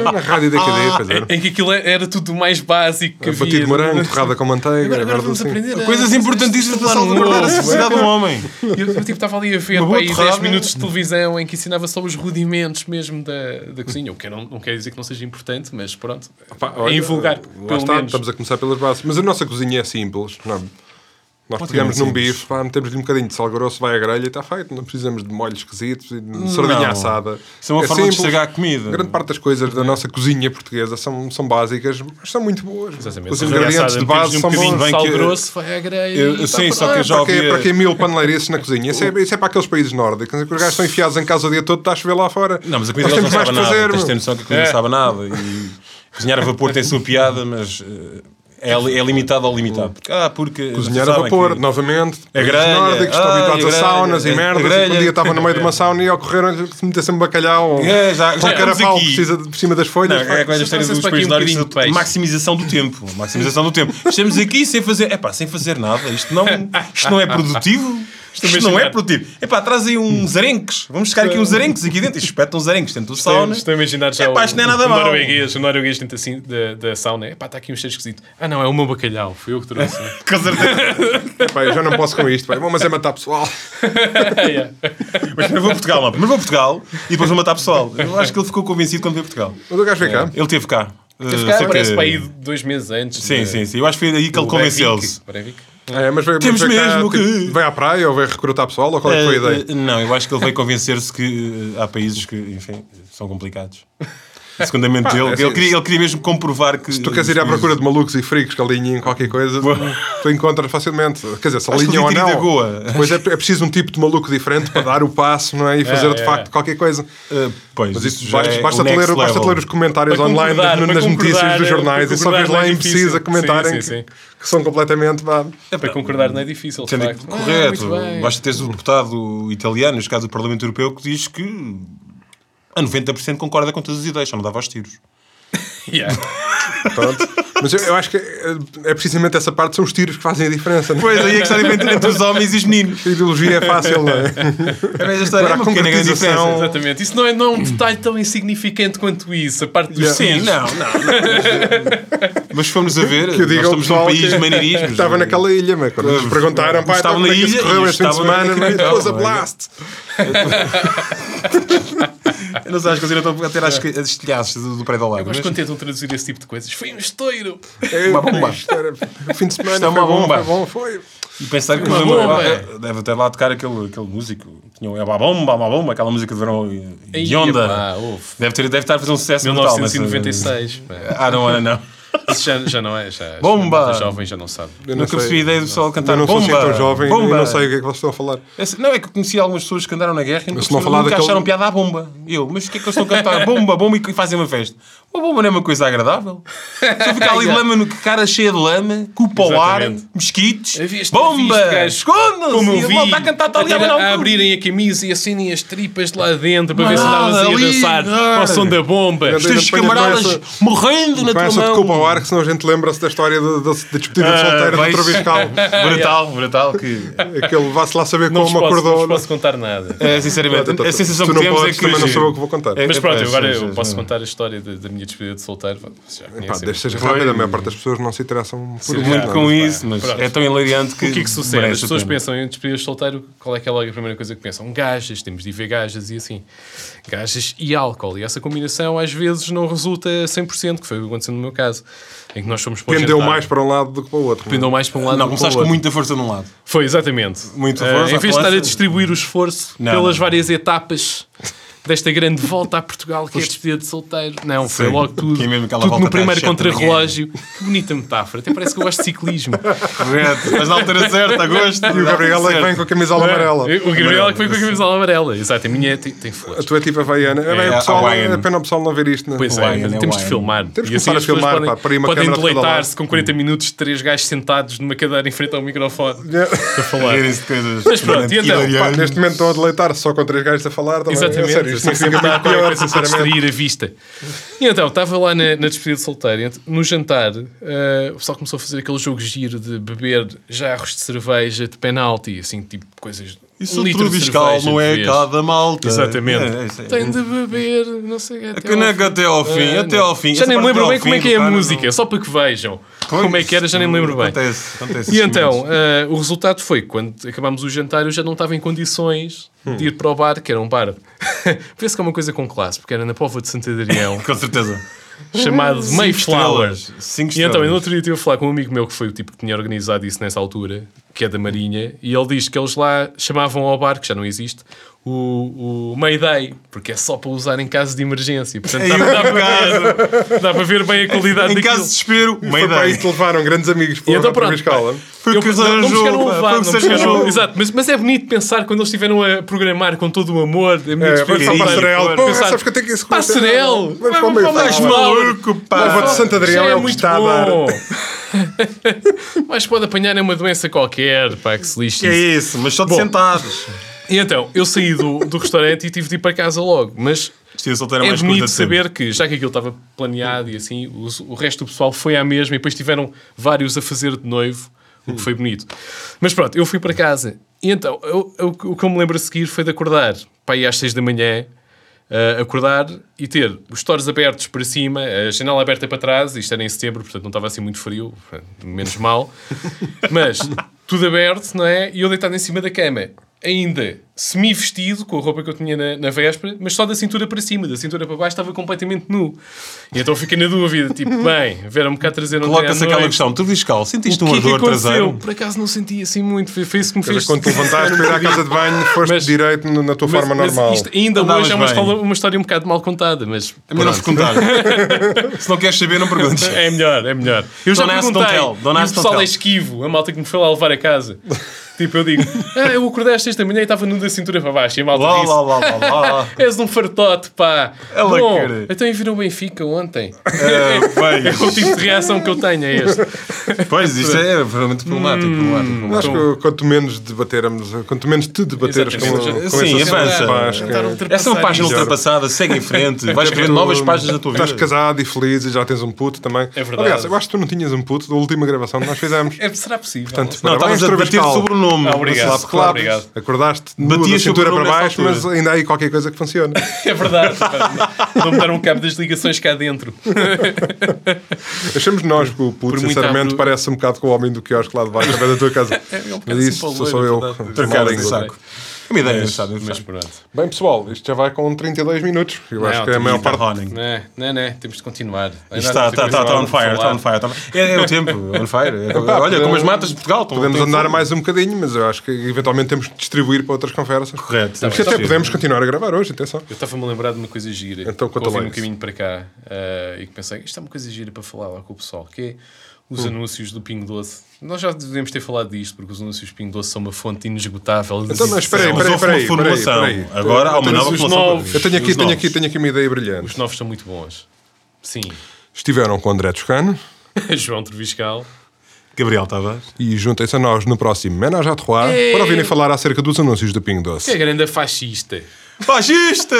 C: Ah, na rádio da cadeia, pois era.
A: Em que aquilo era, era tudo o mais básico que
C: Batido de
A: havia.
C: morango, torrada com manteiga.
A: é Agora, agora
C: merda
A: vamos
C: assim.
A: aprender a-
E: Coisas importantíssimas para salvaguardar a sociedade do um homem.
A: Eu, eu, tipo, estava ali a ver
E: Uma boa
A: pá, aí 10
E: torrada.
A: minutos de televisão em que ensinava só os rudimentos mesmo da, da cozinha. O que não, não quer dizer que não seja importante, mas pronto.
C: Pá,
A: é
C: olha,
A: invulgar,
C: lá
A: pelo
C: está,
A: menos.
C: Estamos a começar pelas bases. Mas a nossa cozinha é simples. Não. Nós pegamos num
E: simples.
C: bife, pá, metemos-lhe um bocadinho de sal grosso, vai à grelha e está feito. Não precisamos de molhos esquisitos e de sardinha assada.
E: Isso é uma forma de
C: simples.
E: estragar a comida.
C: Grande parte das coisas da nossa cozinha portuguesa são, são básicas, mas são muito boas.
A: Exatamente.
C: Os
A: Sardinha
C: ingredientes
A: assada,
C: de base
A: metemos-lhe um
C: são
A: bocadinho
C: bons. Ah,
E: bom,
A: de
E: bem
A: sal
E: que-
A: grosso, vai à grelha.
E: Eu- eu
A: e
E: sei,
A: tá
E: só que eu
A: pronto.
E: já
C: Para quê,
E: ouvi-
C: para quê mil paneleirenses na cozinha? Isso é, isso é para aqueles países nórdicos. em que Os gajos estão enfiados em casa o dia todo, está a chover lá fora.
E: Não, mas a comida
C: Nós
E: deles não
C: temos mais
E: sabe
C: que
E: nada.
C: fazer.
E: Tens de ter
C: meu.
E: noção que a comida não sabe nada. E cozinhar a vapor tem sua piada, mas eh, é, li- é limitado ao limitado. Porque- ah, porque.
C: Cozinhar a
E: sabem
C: vapor,
E: que-
C: novamente.
E: A
C: Os
E: grelha,
C: nórdicos estão
E: ai,
C: habituados
E: a
C: a
E: grelha,
C: saunas
E: a
C: e merdas. E
E: grelha.
C: um dia estava no meio de uma sauna e ocorreram que se metessem bacalhau ou
E: É, já- já
C: qualquer
E: estamos
C: pau
E: aqui.
C: precisa de, por cima das
E: Não,
C: folhas.
E: é a coisa
A: Só
E: história
A: trouxe
E: dos
A: para aqui
E: países
A: um
E: nórdicos
A: bocadinho de peixe.
E: maximização do tempo. Maximização do tempo. Estamos aqui sem fazer, epá, sem fazer nada. Isto não, isto não é produtivo. Isto,
A: Estou a
E: não é
A: imaginar.
E: produtivo. Epá, trazem uns arenques. Vamos buscar aqui uns arenques aqui dentro. Isto é espeta uns arenques dentro do sauna.
A: Estou a imaginar já
E: Epá,
A: o,
E: isto não é nada
A: o
E: mau.
A: norueguês, o norueguês tenta assim da, da sauna. Epá, está aqui um cheiro esquisito. Ah não, é o meu bacalhau, fui eu que trouxe.
E: Com certeza.
C: Pá, eu já não posso com isto. pá. Bom, mas é matar pessoal.
A: Yeah.
E: Mas primeiro vou a Portugal, não. Primeiro vou a Portugal e depois vou matar pessoal. Eu acho que ele ficou convencido quando veio a Portugal.
C: Mas o gajo vem cá.
E: Ele teve cá. Eh,
A: Cara,
E: cerca-
A: parece para aí dois meses antes.
E: Sim,
A: de-
E: sim, sim. Eu acho que foi aí que
A: do
E: ele convenceu-se.
A: Breivik. Breivik.
C: É, mas veio,
E: Temos
C: mas veio cá,
E: mesmo que-
C: tipo, veio à praia ou veio recrutar pessoal ou qual é que foi a
E: Eh,
C: ideia?
E: eh, Não, eu acho que ele veio convencer-se que eh, há países que, enfim, são complicados. E, Segundamente, ele,
C: é assim,
E: ele, queria, ele queria mesmo comprovar que.
C: Tu queres ir à procura de malucos e fricos que alinhem qualquer coisa, tu encontras facilmente. Quer dizer, se
E: Acho que
C: alinham
E: eu
C: ou
E: devia ter ido
C: não.
E: a um Goa.
C: Depois é, é preciso um tipo de maluco diferente para dar o passo não é? e fazer de
A: é,
C: facto
A: é.
C: qualquer coisa.
E: Eh, pois,
C: Mas isso
E: já
C: basta,
E: é
C: basta
E: o
C: te
E: next
C: ler, basta te
E: level.
C: ler os comentários
A: Para
C: online das-
A: concordar,
C: nas
A: para
C: notícias
A: concordar,
C: dos jornais
A: para
C: e só vês
A: concordar
C: lá
A: não é
C: imbecis
A: difícil.
C: a comentarem
A: Sim,
C: que-
A: sim, sim.
C: que são completamente. vá,
A: Para concordar não é difícil, de
E: Sendo
A: facto.
E: que-
A: Ah,
E: correto.
A: muito bem.
E: Basta teres o deputado italiano, neste caso do Parlamento Europeu, que diz que a 90% concorda com todas as ideias, só não dava aos tiros.
A: Yeah.
C: pronto. Mas eu, eu acho que é, é precisamente essa parte, são os tiros que fazem a diferença. não é?
E: Pois, aí é que está a diferença entre os homens e os meninos.
C: A ideologia é fácil, não é?
E: É mesmo história, é
C: Agora,
E: uma
C: a
E: pequena grande
C: concretização-
E: diferença.
A: Exatamente. Isso não é, não é um detalhe tão insignificante quanto isso. A parte dos
C: Yeah.
E: Sim,
A: sinos.
E: não, não. Mas fomos a ver,
C: eu digo
E: nós
C: ao
E: estamos num
C: pessoal
E: país
C: que-
E: de maneirismos. é?
C: Estava naquela ilha, mas quando nos perguntaram, pá,
E: Estavam
C: então, como
E: na
C: é que isso
E: ilha
C: correu
E: e
C: este fim de
E: estavam na
C: semana,
E: capital,
C: meu Deus, a
E: não é?
C: blast.
E: Eu não sei, acho que eles ainda estão a ter as as estilhaças do, do prédio ao lado.
A: Mas
E: mas
A: quando tentam traduzir esse tipo de coisas, foi um estouro.
C: É,
E: Uma bomba.
C: isto era- O fim de semana
E: Isto é
C: foi
E: uma
C: bom,
E: bomba.
C: foi bom, foi.
E: E pensar que
A: Uma
E: o Zamba-
A: bomba.
E: eh, deve ter lá tocar aquele, aquele músico. Tinha um É o Eba Bomba, Eba Bomba, aquela música de verão e-
A: Ei,
E: e onda.
A: epá, ouve.
E: Deve, ter, deve estar a fazer um sucesso brutal nessa-
A: 1996. pá.
E: Ah, não, era não.
A: Isso já, já não é. Já,
E: Bomba!
A: já- jovem já não sabe.
C: Eu
E: Nunca percebi a ideia do pessoal cantar
C: Eu não sou assim
E: bomba.
C: tão jovem e
E: bomba.
C: não sei o que é que vocês estão a falar.
E: É se- Não, é que eu conheci algumas pessoas que andaram na guerra e nunca,
C: se não falar
E: nunca
C: daquele-
E: acharam piada à bomba. E Eu, mas o que é que eles estão a cantar? Bomba, bomba e fazem uma festa. Uma bomba não é uma coisa agradável. Só ficar ali de lama no cara cheia de lama, cupa ao ar,
A: Exatamente.
E: mosquitos,
A: Eu vi este- vi este
E: bomba,
A: gajo,
E: escondam-se.
A: Como
E: E
A: eu
E: a
A: vi,
E: malta tá a cantar está ali a
A: até
E: abanar o
A: a
E: cu.
A: abrirem a camisa e acinem as tripas de lá dentro para
E: Mas
A: ver se
E: nada,
A: andavas aí a
E: ali,
A: dançar
E: cara.
A: ao som da bomba.
C: Mas
E: Os teus
C: Depois
E: camaradas
C: começa-
E: morrendo na
C: Com
E: tua
C: essa de
E: mão.
C: culpa ao ar, que senão a gente lembra-se da história da, da, da despedida
E: Ah,
C: de solteiro do
E: vejo.
C: Troviscal.
E: Brutal, brutal. Que...
C: Aquele vá-se lá saber
A: Não vos
C: como
A: posso, não
C: acordou.
A: vos posso contar nada.
E: É, sinceramente, a sensação
C: tu
E: que
C: não
E: temos é
C: podes,
E: que...
C: também não sou eu que vou contar.
E: É,
A: Mas pronto,
E: é,
A: agora
E: sim,
A: eu
E: sim,
A: posso
E: sim.
A: contar a história da, da minha despedida de solteiro. Vocês Já
C: Pá,
A: conhecem.
C: deve ser rápido, a maior parte das pessoas não se interessam por isso.
E: Muito
C: não.
E: com isso, mas
A: Pronto.
E: é tão hilariante que.
A: O que é que sucede? As
E: merece a
A: pessoas
E: pena.
A: pensam em despedidas de solteiro, qual é que é logo a primeira coisa que pensam? Gajas, temos de ir ver gajas e assim. Gajas e álcool. E essa combinação às vezes não resulta a 100%, que foi o que aconteceu no meu caso. Em que nós fomos para o
C: Pendeu
A: jantar.
C: mais para um lado do que para o outro.
A: Pendeu mais para um lado
E: Não,
A: do que
E: começaste
A: para o
E: com
A: outro.
E: muita força num lado.
A: Foi, exatamente.
E: Muito
A: Eh,
E: força,
A: Em vez de estar
E: força.
A: a distribuir o esforço
E: Não,
A: pelas
E: não.
A: várias etapas desta grande volta a Portugal, que é a despedida de solteiro. Não, foi
E: Sim.
A: logo tudo.
E: Que é mesmo aquela
A: tudo
E: volta
A: no
E: até às
A: primeiro
E: sete da manhã.
A: contrarrelógio. Que bonita metáfora. Até parece que eu gosto de ciclismo.
E: Correto. Mas na altura certa, a gosto.
C: E o Gabriel é que vem com a camisola amarela.
A: O Gabriel é que foi com a camisola amarela. Exato, a minha tem, tem flores.
C: A tua é tipo havaiana. É, bem,
E: É,
C: o pessoal, é
E: Hawaiian.
C: pena o pessoal não ver isto. Né?
A: Pois é,
E: Hawaiian, é
A: temos de
E: Hawaiian.
A: filmar.
C: Temos que
A: E assim
C: começar a
A: as pessoas
C: filmar,
A: podem,
C: pá, para ir uma
A: podem
C: câmara de cada
A: deleitar-se com 40 minutos de três gajos sentados numa cadeira em frente ao microfone
C: É.
A: a falar. Mas
E: Mas
A: pronto, e então?
C: Pá, neste momento estão a deleitar só com três gajos a falar. Também.
A: Exatamente,
C: É sério, isto
A: assim
C: não
A: sempre
C: fica
A: dá
C: muito
A: qualquer
C: pior,
A: coisa para
C: sinceramente.
A: distrair a vista. E então, estava lá na, na despedida de solteiro, ent- no jantar, eh, o pessoal começou a fazer aquele jogo giro de beber jarros de cerveja de penalti, assim, tipo coisas.
E: Isso
A: um
E: o
A: litro de
E: Trubiscal
A: cerveja
E: não
A: de
E: é
A: vez.
E: cada malta.
A: Exatamente.
E: É, isso é.
A: Tem de beber, não sei. Até
E: que não é que até ao fim,
A: Ah,
E: até
A: não.
E: ao fim.
A: Já
E: Essa
A: nem me
E: parte
A: lembro
E: até ao
A: bem como é
E: fim,
A: que é a
E: cara, não-
A: música, só para que vejam
E: Pois,
A: como é que era, já nem me lembro bem.
E: Acontece, acontece.
A: E
E: esses
A: então,
E: momentos.
A: eh, o resultado foi, quando acabámos o jantar, eu já não estava em condições
E: Hum.
A: de ir para o bar, que era um bar. Vê-se que é uma coisa com classe, porque era na Póvoa de Santo Adrião,
E: Com certeza.
A: chamado Mayflower.
E: Estrelas. Cinco
A: E então, eu no
E: estrelas.
A: outro dia estive a falar com um amigo meu que foi o tipo que tinha organizado isso nessa altura, que é da Marinha, e ele diz que eles lá chamavam ao bar, que já não existe, o, o Mayday, porque é só para usar em caso de emergência. Portanto, dá, dá, para, dá para ver bem a qualidade
E: um Em
A: daquilo.
E: caso de desespero,
C: Foi
E: meia
C: para
E: ideia.
C: isso que levaram grandes amigos
A: E
C: para
A: então
C: o
A: pronto,
C: Troviscal.
E: Foi o que
A: Eu-
E: os
A: não- não me chegaram
E: arranjou.
A: a
E: pá,
A: levar,
E: Foi o
A: não
E: que
A: me
E: se
A: chegaram a-
E: arranjou.
A: Exato, mas, mas é bonito pensar quando eles estiveram a programar com todo o amor. A minha
C: É,
A: despedida
C: vamos para
A: de
C: o
A: solteiro,
C: Passarel. Pô,
A: pensar,
C: sabes que eu tenho que ir se conhecer.
A: Passarel!
C: Vamos para o meio
A: mais
C: fala.
E: Maluco, pá.
A: Mas
C: Vou de
A: só-
C: Santo Adrião,
A: já
C: é o que
A: muito
C: está a dar.
A: bom. Mas pode apanhar é uma doença qualquer, pá, que se lixe.
E: Que é isso, mas só de
A: Bom.
E: sentados.
A: E então, eu saí do, do restaurante e tive de ir para casa logo. Mas
E: Estilo solteiro
A: é
E: mais curta
A: bonito
E: de sempre.
A: saber que, já que aquilo estava planeado e assim, os- o, resto do pessoal foi à mesma e depois tiveram vários a fazer de noivo, o
E: Hum.
A: que foi bonito. Mas pronto, eu fui para casa. E então, eu- eu- o que eu me lembro a seguir foi de acordar para ir às seis da manhã, ah, acordar e ter os torres abertos para cima, a janela aberta para trás, isto era em setembro, portanto não estava assim muito frio, menos mal, mas tudo aberto, não é? E eu deitado em cima da cama, ainda semi-vestido, com a roupa que eu tinha na, na véspera, mas só da cintura para cima, da cintura para baixo estava completamente nu. E então fiquei na dúvida, tipo, bem, vieram me cá trazer um
E: Coloca-se aquela questão. Tu diz cal, sentiste
A: O
E: um
A: que é que
E: ardor
A: aconteceu?
E: traseiro?
A: Por acaso não senti assim muito, foi, foi isso que me
C: Mas
A: fez...
C: quando te levantaste para ir à casa de banho, foste
A: Mas-
C: direito no- na tua
A: Mas-
C: forma
A: mas
C: normal.
A: isto ainda
E: Andavas
A: hoje é uma
E: bem.
A: história, uma história um bocado mal contada, mas
E: É melhor não se contar. Se não queres saber, não perguntes.
A: É melhor, é melhor. Eu já
E: Don't ask,
A: perguntei.
E: don't tell. Don't
A: e o
E: ask, don't
A: pessoal é
E: tell.
A: esquivo. A malta que me foi lá levar a casa. tipo, eu digo, ah, eu acordei às 6 da manhã e estava nu da cintura para baixo. E a malta
E: Lá,
A: disse,
E: lá, lá, lá, lá.
A: és um fartote, pá.
E: Ela
A: Bom,
E: quer.
A: então eu vi no Benfica ontem.
E: É,
A: É o tipo de reação que eu tenho, é Hum. este.
E: Pois, isto é realmente problemático. problemático, problemático.
C: Acho que quanto menos debatermos, quanto menos te debateres com,
A: Exatamente.
C: com
E: Sim,
C: esse
E: avança.
C: assunto, pá, acho que-
A: Tentaram
E: Essa é uma
A: ultrapassar
E: página
A: isto.
E: ultrapassada, segue em frente. Vais escrever
C: Tu
E: novas páginas da tua vida.
C: Estás casado e feliz e já tens um puto também.
A: É verdade.
C: Aliás, eu acho que tu não tinhas um puto da última gravação que nós fizemos.
A: É, será possível?
C: Portanto,
E: Não,
C: parabéns,
E: estavas a debater
C: Troviscal.
E: sobre o nome.
A: Ah, obrigado.
E: Slap
A: Claro,
E: Clap.
A: obrigado.
C: Acordaste Batias
E: Batias
C: da
E: sobre o
C: cintura para
E: nome nessa
C: baixo, mas
E: altura.
C: ainda há aí qualquer coisa que funciona.
A: É verdade. Não me deram um cabo das ligações cá dentro.
C: Achamos nós que o puto,
A: muito
C: sinceramente,
A: abru-
C: parece um bocado com o homem do quiosque lá de baixo, ao pé da tua casa.
A: um bocado
C: Mas isso
A: assim
C: sou
A: para o
C: eu.
A: loiro,
C: com uma
E: Trocaram de
C: língua.
E: saco. É uma ideia engraçada.
A: Mas
E: engraçada.
A: pronto.
C: Bem, pessoal, isto já vai com 32 minutos. Eu acho que é a maior
E: Está
C: parte.
E: running.
A: Não, é? não, não. Temos de continuar.
E: Isto Está, está, está, está on fire, está on fire. está on fire. É, é o tempo, on fire. É- olha, como as matas de Portugal. estão-
C: Podemos
E: têm
C: andar
E: fogo.
C: mais um bocadinho, mas eu acho que eventualmente temos de distribuir para outras conversas.
E: Correto.
C: Porque até podemos continuar a gravar hoje, atenção.
A: Eu estava-me a lembrar de uma coisa gira.
C: Então,
A: que
C: conta
A: ouvi
C: lá
A: no
C: isso.
A: caminho para cá eh, e que pensei, isto é uma coisa gira para falar lá com o pessoal, que é
C: Hum.
A: os anúncios do Pingo Doce. Nós já devemos ter falado disto, porque os anúncios do Pingo Doce são uma fonte inesgotável de
C: Então, mas espera aí,
A: decisão.
E: Mas
C: espera aí,
E: houve
C: espera
E: uma
C: aí, espera aí,
E: formulação.
C: espera aí.
E: Agora há uma
A: Mas
E: nova
A: os
E: formulação.
A: novos-
E: para-
C: Eu tenho aqui,
E: os
C: tenho
E: novos.
C: aqui, tenho aqui uma ideia
A: Os
C: brilhante.
A: novos são muito bons. Sim.
C: Estiveram com André Toscano
A: João Treviscal.
E: Gabriel
C: tá
E: Tavares.
C: e juntem-se a nós no próximo Menage à Trois para ouvirem falar acerca dos anúncios do Pingo Doce.
A: Que é grande fascista.
E: Fascista!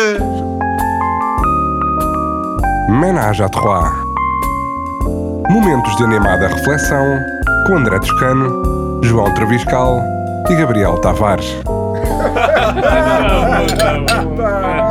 D: Ménage à Trois. Momentos de animada reflexão com André Toscano, João Traviscal e Gabriel Tavares.
A: Tá bom, tá bom.